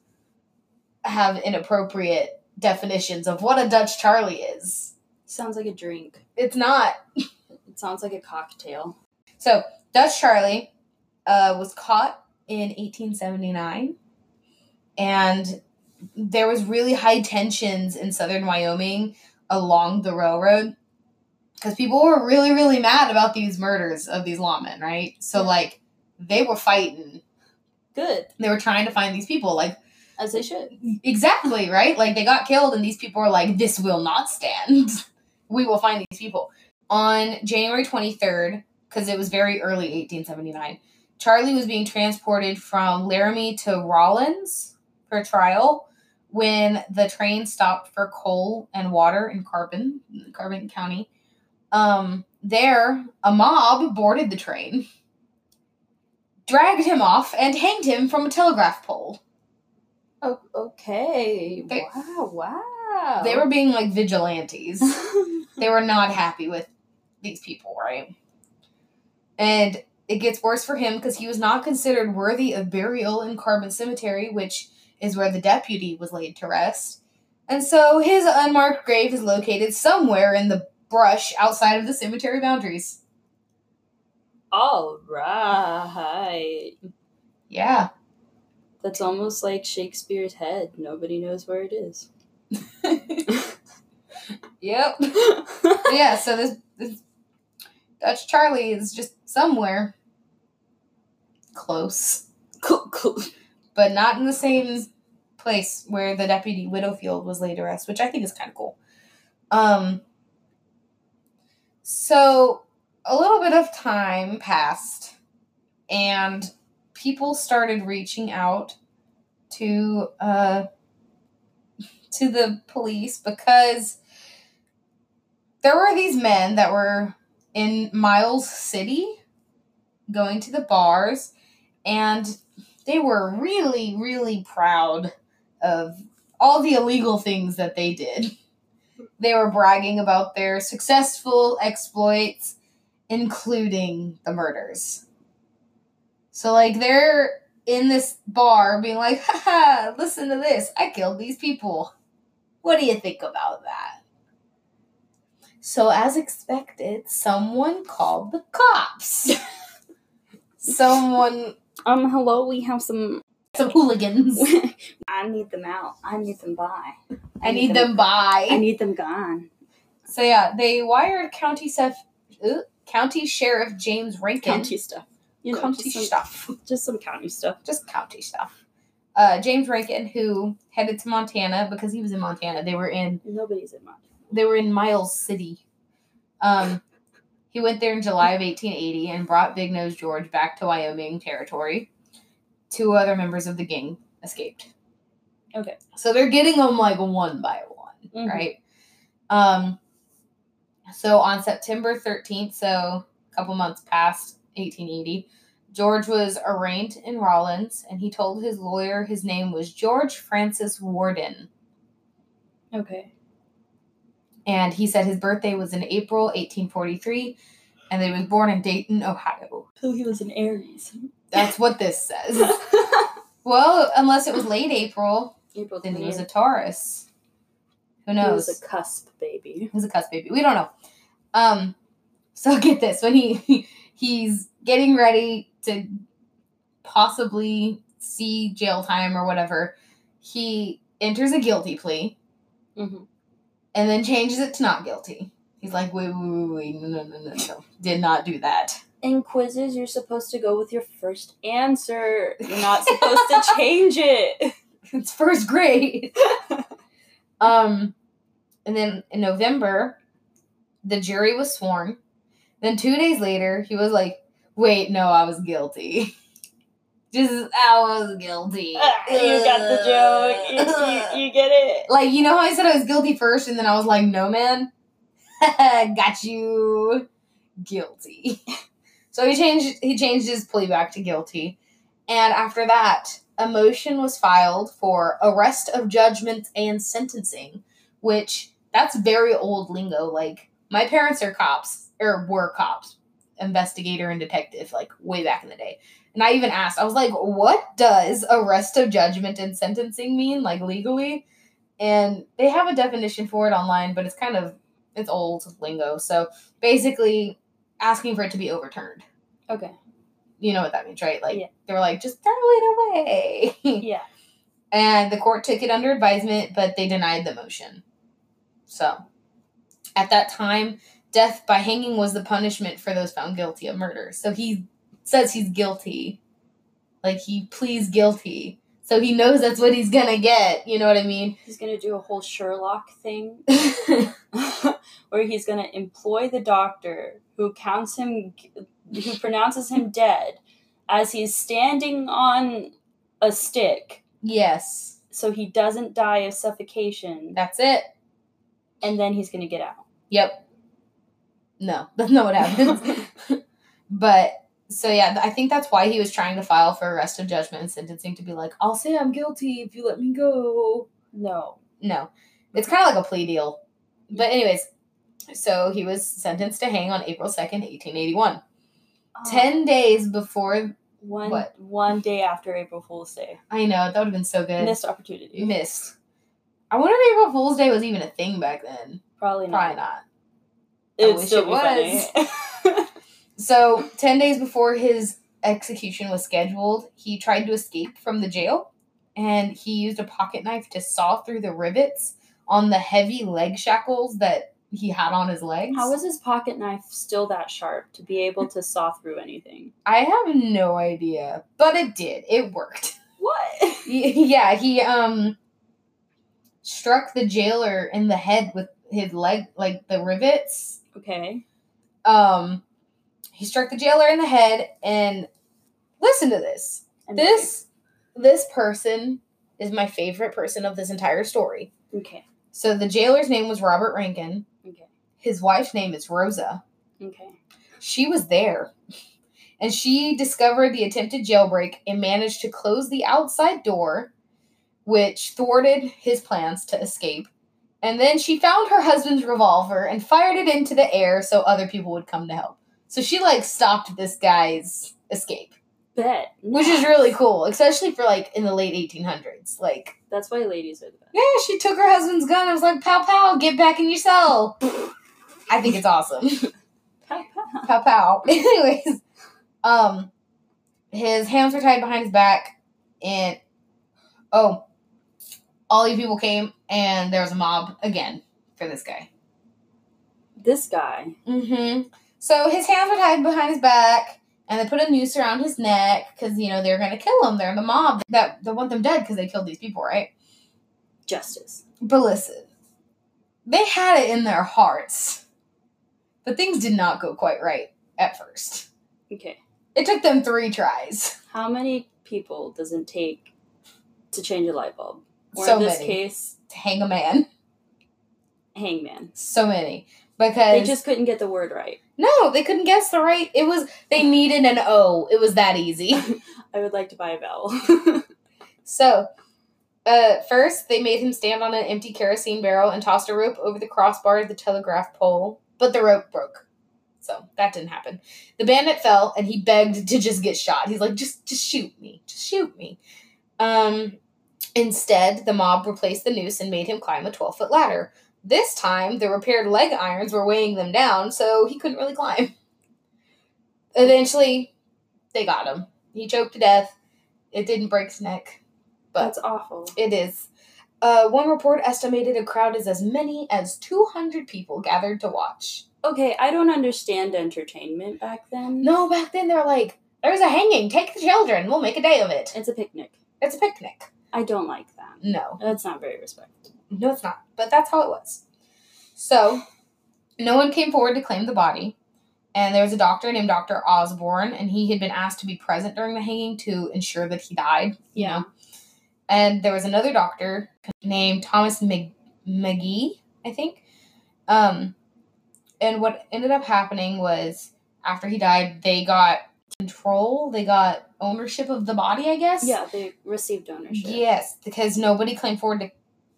have inappropriate definitions of what a Dutch Charlie is.
Sounds like a drink.
It's not.
It sounds like a cocktail.
So Dutch Charlie uh, was caught in 1879, and there was really high tensions in southern Wyoming along the railroad because people were really really mad about these murders of these lawmen, right? So
Yeah.
like they were fighting.
Good,
They were trying to find these people, like
as they should.
exactly right. Like they got killed, and these people are like, "This will not stand. we will find these people." On January twenty third, because it was very early, eighteen seventy nine. Charlie was being transported from Laramie to Rollins for trial when the train stopped for coal and water in Carbon, Carbon County. Um, there, a mob boarded the train, dragged him off, and hanged him from a telegraph pole.
Oh, okay.
They-
wow, wow.
They were being like vigilantes. they were not happy with these people, right? And it gets worse for him because he was not considered worthy of burial in Carbon Cemetery, which is where the deputy was laid to rest. And so his unmarked grave is located somewhere in the brush outside of the cemetery boundaries.
All right.
Yeah.
That's almost like Shakespeare's head. Nobody knows where it is.
Yep. yeah, so this, this Dutch Charlie is just somewhere close.
cool, cool.
but not in the same place where the deputy Widowfield was laid to rest, which I think is kind of cool. Um, so a little bit of time passed, and people started reaching out to uh, to the police because there were these men that were in Miles City going to the bars and they were really, really proud of all the illegal things that they did. They were bragging about their successful exploits, including the murders. So, like, they're in this bar being like, haha, listen to this. I killed these people. What do you think about that? So, as expected, someone called the cops. someone,
Um, hello, we have some.
some hooligans.
I need them out. I need them by.
I need them by.
I need them gone.
so yeah, they wired County Sef, uh, County Sheriff James Rankin.
County stuff. You know,
County
just, some,
stuff.
just some county stuff.
Just county stuff. Uh, James Rankin, who headed to Montana because he was in Montana. They were in
Nobody's in mind.
they were in Miles City. Um, he went there in July of 1880 and brought Big Nose George back to Wyoming territory. Two other members of the gang escaped.
Okay.
So they're getting them like one by one.
Mm-hmm.
right? Um, so on September 13th, so a couple months past 1880, George was arraigned in Rollins and he told his lawyer his name was George Francis Warden.
Mm-hmm. Okay.
And he said his birthday was in April 1843 and that he was born in Dayton, Ohio.
So he was an Aries.
That's what this says. well, unless it was late April,
April
then he was a
20th.
Taurus. Who
He
knows?
was a cusp baby.
He was a cuss baby. We don't know. Um, so get this when he he's getting ready to possibly see jail time or whatever, he enters a guilty plea
Mm-hmm.
and then changes it to not guilty. He's like, wait, wait, wait, wait, no, no, no, no, no, did not do that.
In quizzes, you're supposed to go with your first answer. You're not supposed to change it.
It's first grade. um, and then in November, the jury was sworn. Then two days later, he was like, "Wait, no, I was guilty. Just I was guilty.
Ah, you got the
Uh.
joke. You- You, you get it.
like you know how I said I was guilty first, and then I was like, "No, man, got you guilty." so he changed he changed his plea back to guilty, and after that, a motion was filed for arrest of judgment and sentencing, which that's very old lingo. Like my parents are cops or were cops, investigator and detective, like way back in the day. And I even asked, I was like, what does arrest of judgment and sentencing mean, like legally? and they have a definition for it online, but it's kind of it's old lingo. So basically, asking for it to be overturned.
Okay.
You know what that means, right? Like
Yeah.
they were like, just throw it away.
Yeah.
and the court took it under advisement, but they denied the motion. So, at that time, death by hanging was the punishment for those found guilty of murder. So he says he's guilty, like he pleads guilty. So he knows that's what he's gonna get. You know what I mean?
He's gonna do a whole Sherlock thing where he's gonna employ the doctor who counts him, who pronounces him dead, as he's standing on a stick,
yes,
so he doesn't die of suffocation,
that's it.
and then he's gonna get out.
Yep. No, that's not what happens. but so yeah, th- I think that's why he was trying to file for arrest of judgment and sentencing to be like, I'll say I'm guilty if you let me go.
No.
No, it's kind of like a plea deal. But anyways, so he was sentenced to hang on April second, eighteen eighty one. Ten days before.
Um, One
What?
one day after April Fool's Day,
I know that would have been so good.
missed opportunity.
Missed. I wonder if April Fool's Day was even a thing back then.
Probably not.
Probably not. I
It'd
wish
still
it
be
was.
funny.
So, 10 days before his execution was scheduled, he tried to escape from the jail and he used a pocket knife to saw through the rivets on the heavy leg shackles that he had on his legs.
How was his pocket knife still that sharp to be able to saw through anything?
I have no idea, but it did. It worked.
What?
Y- yeah, he um struck the jailer in the head with his leg like the rivets
Okay.
um he struck the jailer in the head and listen to this
And
this this person is my favorite person of this entire story
Okay.
so the jailer's name was robert rankin
Okay.
his wife's name is rosa
Okay.
she was there and she discovered the attempted jailbreak and managed to close the outside door which thwarted his plans to escape and then she found her husband's revolver and fired it into the air so other people would come to help so she like stopped this guy's escape
Bet.
which is really cool especially for like in the late 1800s like
That's why ladies are the best.
yeah she took her husband's gun and was like pow pow get back in your cell i think it's awesome pow pow. Anyways, um, his hands were tied behind his back, and oh, all these people came, and there was a mob again for this guy.
This guy.
Mm-hmm. So his hands were tied behind his back, and they put a noose around his neck because you know they're gonna kill him. They're the mob that they want them dead because they killed these people, right?
Justice.
But listen, they had it in their hearts, but things did not go quite right at first.
Okay.
It took them three tries.
How many people does it take to change a light bulb? Or
So
in this
many.
case,
to hang a man.
hangman.
So many. Because
They just couldn't get the word right.
no, they couldn't guess the right. It was they needed an O. It was that easy.
I would like to buy a vowel.
so, uh, first they made him stand on an empty kerosene barrel and tossed a rope over the crossbar of the telegraph pole, but the rope broke. So that didn't happen. The bandit fell and he begged to just get shot. He's like, just, just shoot me, just shoot me. Um, instead, the mob replaced the noose and made him climb a twelve foot ladder. This time, the repaired leg irons were weighing them down, so he couldn't really climb. Eventually, they got him. He choked to death. It didn't break his neck.
That's awful.
It is. Uh, one report estimated a crowd is as many as 200 people gathered to watch.
Okay, I don't understand entertainment back then.
No, back then they're like, there's a hanging, take the children, we'll make a day of it.
It's a picnic.
It's a picnic.
I don't like that.
No,
That's not very respectful.
no, it's not. But that's how it was. So, no one came forward to claim the body. And there was a doctor named Dr. Osborne, and he had been asked to be present during the hanging to ensure that he died. you know. And there was another doctor named Thomas Mag- McGee, I think. Um, and what ended up happening was after he died, they got control, they got ownership of the body, I guess.
Yeah, they received ownership.
Yes, because nobody claimed forward to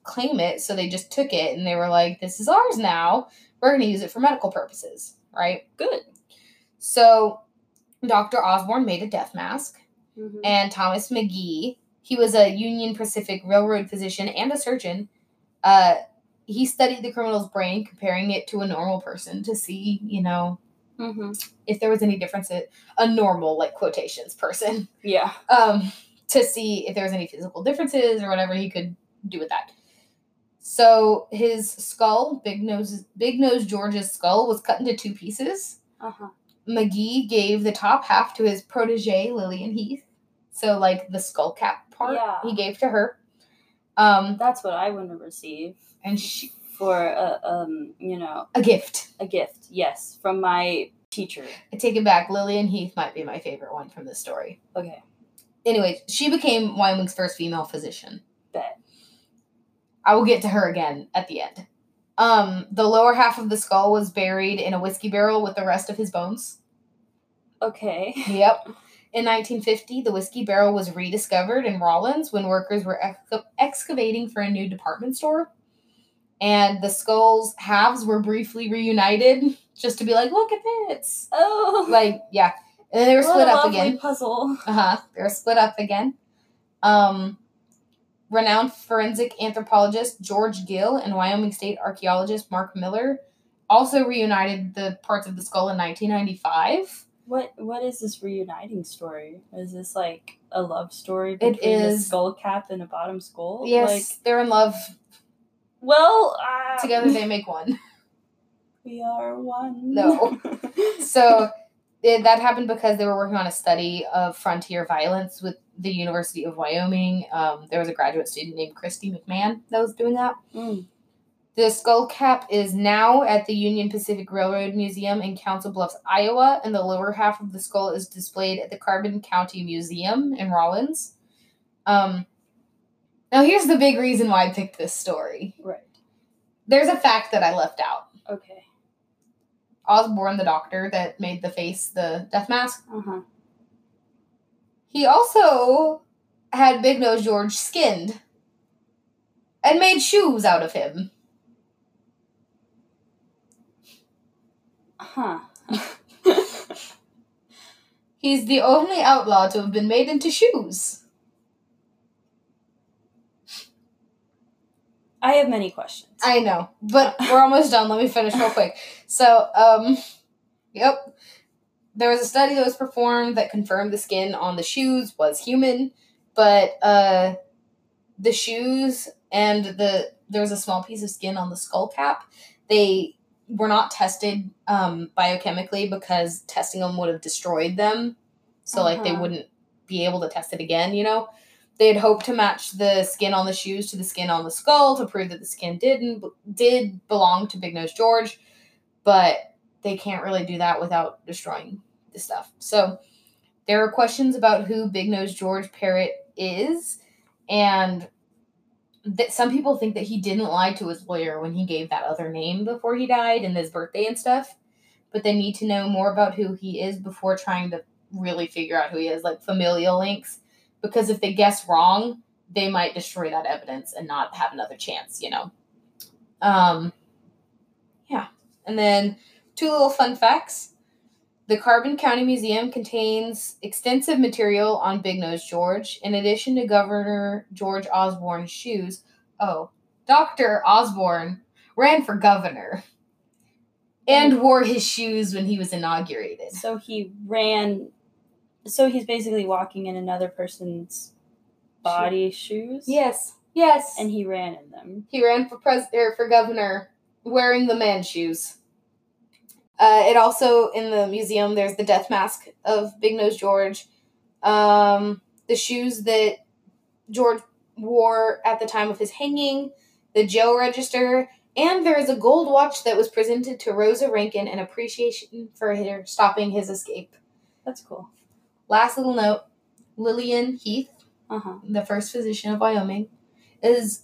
claim it, so they just took it and they were like, this is ours now. We're going to use it for medical purposes, right?
Good.
So Dr. Osborne made a death mask
Mhm.
and Thomas McGee. He was a Union Pacific Railroad physician and a surgeon. Uh, he studied the criminal's brain, comparing it to a normal person to see, you know,
Mm-hmm.
if there was any difference. in- A normal, like quotations, person
Yeah.
um, to see if there was any physical differences or whatever he could do with that. So his skull, Big Nose, Big Nose George's skull, was cut into two pieces.
Uh-huh.
McGee gave the top half to his protege Lillian Heath. So like the skull cap part
Yeah.
he gave to her. Um
That's what I want to receive
and she,
for a um, you know,
a gift.
a gift. Yes, from my teacher.
I take it back. Lillian Heath might be my favorite one from this story.
Okay.
Anyways, she became Wyoming's first female physician.
Bet.
I will get to her again at the end. Um, the lower half of the skull was buried in a whiskey barrel with the rest of his bones.
Okay.
Yep. In 1950, the whiskey barrel was rediscovered in Rollins when workers were exca- excavating for a new department store. And the skull's halves were briefly reunited just to be like, look, it fits.
Oh.
Like, yeah. And then they were
what
split
a
up
lovely
again.
puzzle.
Uh-huh. They're split up again. Um, renowned forensic anthropologist George Gill and Wyoming State archaeologist Mark Miller also reunited the parts of the skull in 1995.
What what is this reuniting story? Is this like a love story
It
between
is.
a skull cap and a bottom skull?
Yes,
Like,
they're in love.
well, uh,
Together they make one.
we are one.
No. So it, that happened because they were working on a study of frontier violence with the University of Wyoming. Um, there was a graduate student named Christy McMahon that was doing that.
Mm.
The skull cap is now at the Union Pacific Railroad Museum in Council Bluffs, Iowa, and the lower half of the skull is displayed at the Carbon County Museum in Rollins. Um, now, here's the big reason why I picked this story.
Right.
There's a fact that I left out.
Okay.
Osborne, the doctor that made the face the death mask,
Uh huh.
he also had Big Nose George skinned and made shoes out of him.
Huh.
He's the only outlaw to have been made into shoes.
I have many questions.
I know, but we're almost done. Let me finish real quick. So, um, yep. There was a study that was performed that confirmed the skin on the shoes was human, but uh, the shoes and the there was a small piece of skin on the skull cap. They were not tested um, biochemically because testing them would have destroyed them. So, like, they
Uh-huh.
wouldn't be able to test it again. You know, they had hoped to match the skin on the shoes to the skin on the skull to prove that the skin didn't did belong to Big Nose George, but they can't really do that without destroying the stuff. So there are questions about who Big Nose George Parrot is, and that some people think that he didn't lie to his lawyer when he gave that other name before he died and his birthday and stuff. But they need to know more about who he is before trying to really figure out who he is, like familial links because if they guess wrong, they might destroy that evidence and not have another chance, you know. Um yeah. And then two little fun facts. The Carbon County Museum contains extensive material on Big Nose George in addition to Governor George Osborne's shoes. Oh, Dr. Osborne ran for governor and wore his shoes when he was inaugurated.
So he ran. So he's basically walking in another person's body shoes.
Yes. Yes.
And he ran in them.
He ran for pres er, for governor wearing the man shoes. Uh, it also in the museum there's the death mask of Big Nose George, um, the shoes that George wore at the time of his hanging, the Joe register, and there is a gold watch that was presented to Rosa Rankin in appreciation for her stopping his escape.
That's cool.
Last little note: Lillian Heath
Uh huh.
the first physician of Wyoming, is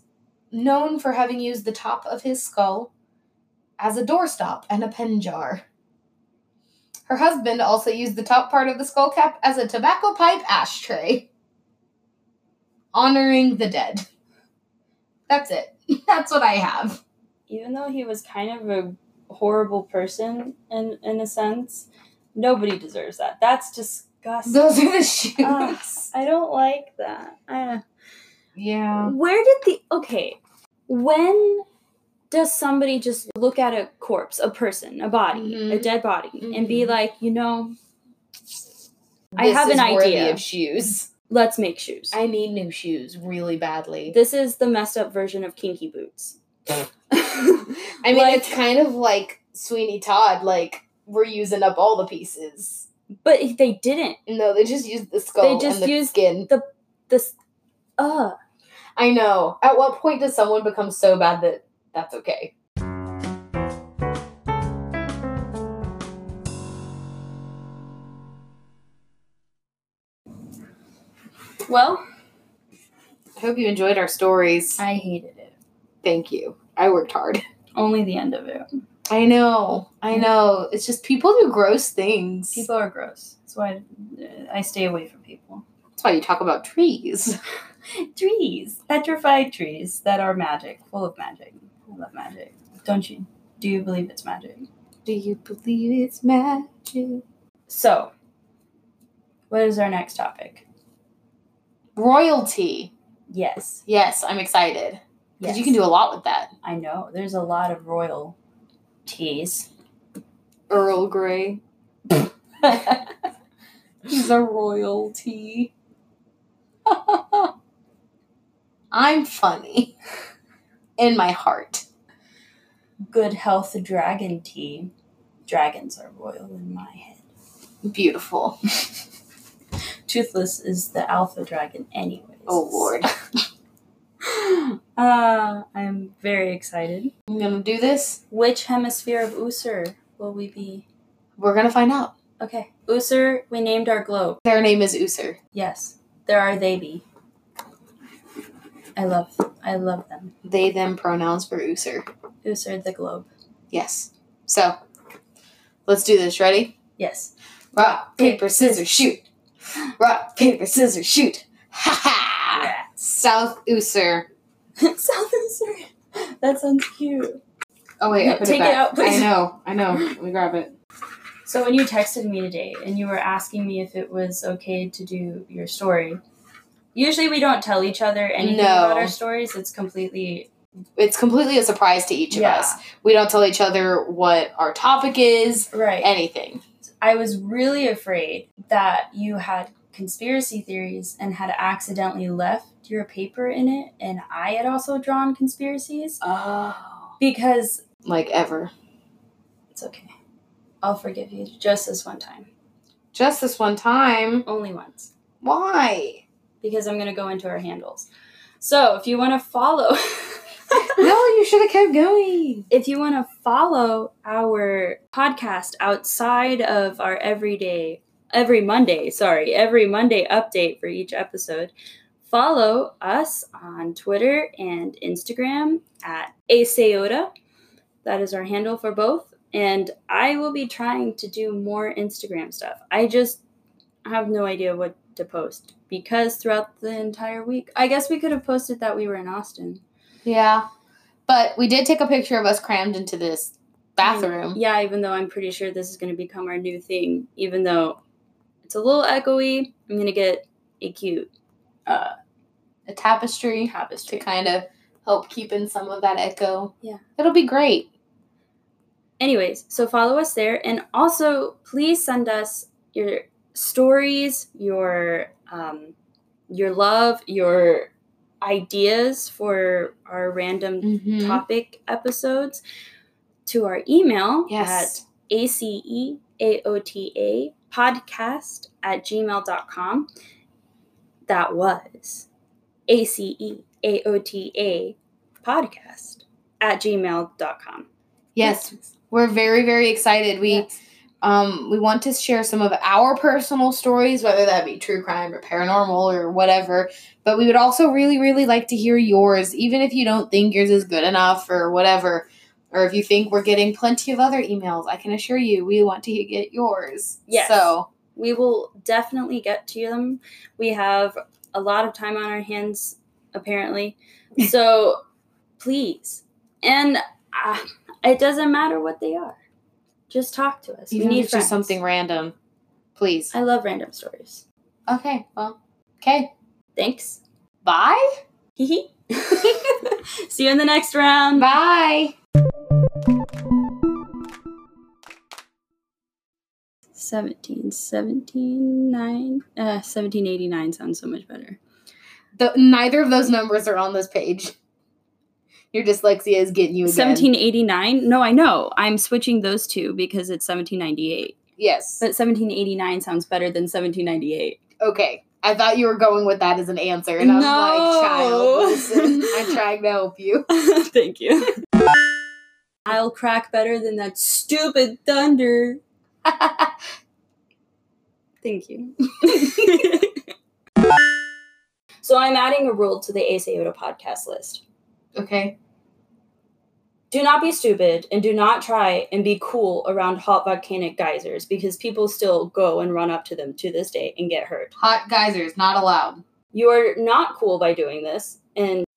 known for having used the top of his skull as a doorstop and a pen jar. Her husband also used the top part of the skull cap as a tobacco pipe ashtray, honoring the dead. That's it. That's what I have.
Even though he was kind of a horrible person in in a sense, nobody deserves that. That's disgusting.
Those are the shoes.
Ugh. I don't like that. I
yeah.
Where did the okay? When does somebody just look at a corpse, a person, a body, a
Mm-hmm.
Mhm.
dead body, and be
Mhm.
like, you know, I
This
have
is
an
worthy
idea.
of shoes.
let's make shoes.
I need new shoes really badly.
this is the messed up version of kinky boots.
I mean, it's kind of like Sweeney Todd. Like we're using up all the pieces.
but they didn't.
No, they just used the skull
They just
and the
used-
skin.
This, uh,
I know. At what point does someone become so bad that that's okay?
well,
I hope you enjoyed our stories.
I hated it.
Thank you. I worked hard.
Only the end of it.
I know. I know. It's just people do gross things.
People are gross. That's why uh, I stay away from people.
That's why you talk about trees.
Trees, petrified trees that are magic, full of magic. I love magic. Don't you? Do you believe it's magic?
Do you believe it's magic?
So, what is our next topic?
Royalty.
Yes.
Yes, I'm excited. Because
Yes.
you can do a lot with that.
I know. There's a lot of royal teas.
Earl Grey. He's a royalty. I'm funny. In my heart.
Good health dragon tea. Dragons are royal in my head.
Beautiful.
Toothless is the alpha dragon, anyways.
Oh lord.
Uh, I'm very excited.
I'm gonna do this.
Which hemisphere of Usur will we be?
We're gonna find out.
Okay. Usur, we named our globe.
Their name is Usur.
Yes. There are they be. I love I love them.
They them pronouns for Usur.
Usur the globe.
Yes. So let's do this. Ready?
Yes.
Rock, paper, scissors, shoot. Rock, paper, scissors, shoot. Ha ha! South Usur.
South Usur. That sounds cute.
Oh wait, I
Yeah,
put
take
it
it
back.
out, please.
I know, I know. Let me grab it.
So when you texted me today and you were asking me if it was okay to do your story, usually we don't tell each other anything
No.
about our stories. It's completely
It's completely a surprise to each
Yeah.
of us. We don't tell each other what our topic is,
right.
anything.
I was really afraid that you had conspiracy theories and had accidentally left your paper in it, and I had also drawn conspiracies
Oh.
because
Like ever.
it's okay. I'll forgive you just this one time.
Just this one time.
Only once.
Why?
Because I'm going to go into our handles. So if you want to follow.
No, you should have kept going.
If you want to follow our podcast outside of our everyday, every Monday, sorry, every Monday update for each episode, follow us on Twitter and Instagram at Aseota. That is our handle for both. And I will be trying to do more Instagram stuff. I just have no idea what to post because throughout the entire week, I guess we could have posted that we were in Austin.
Yeah. But we did take a picture of us crammed into this bathroom.
Yeah, even though I'm pretty sure this is going to become our new thing, even though it's a little echoey, I'm going to get a cute uh,
A tapestry to
tapestry.
kind of help keep in some of that echo.
Yeah.
It'll be great.
Anyways, so follow us there. And also, please send us your stories, your, um, your love, your ideas for our random
Mm-hmm.
topic episodes to our email at
Yes.
E A-C-E-A-O-T-A podcast at gmail.com. That was E A-C-E-A-O-T-A podcast at gmail.com.
Yes. We're very, very excited. We
Yes.
um we want to share some of our personal stories, whether that be true crime or paranormal or whatever. But we would also really, really like to hear yours, even if you don't think yours is good enough or whatever. Or if you think we're getting plenty of other emails, I can assure you we want to get yours.
Yes.
So
we will definitely get to them. We have a lot of time on our hands, apparently. So please, and uh, it doesn't matter what they are. Just talk to us.
Even
we
if
need
it's
friends.
just something random, please.
I love random stories.
Okay, well, okay.
Thanks.
Bye.
Hee hee. See you in the next round.
Bye.
Seventeen, seventeen, nine, uh, 1789 sounds so much better.
The, neither of those numbers are on this page. Your dyslexia is getting you again.
1789? No, I know. I'm switching those two because it's 1798.
Yes.
But 1789 sounds better than 1798.
Okay. I thought you were going with that as an answer, and I was like,
No.
child, listen, I'm trying to help you.
Thank you. I'll crack better than that stupid thunder. Thank you. so I'm adding a rule to the Ace Iota podcast list.
okay.
Do not be stupid and do not try and be cool around hot volcanic geysers because people still go and run up to them to this day and get hurt.
Hot geysers, not allowed.
You are not cool by doing this, and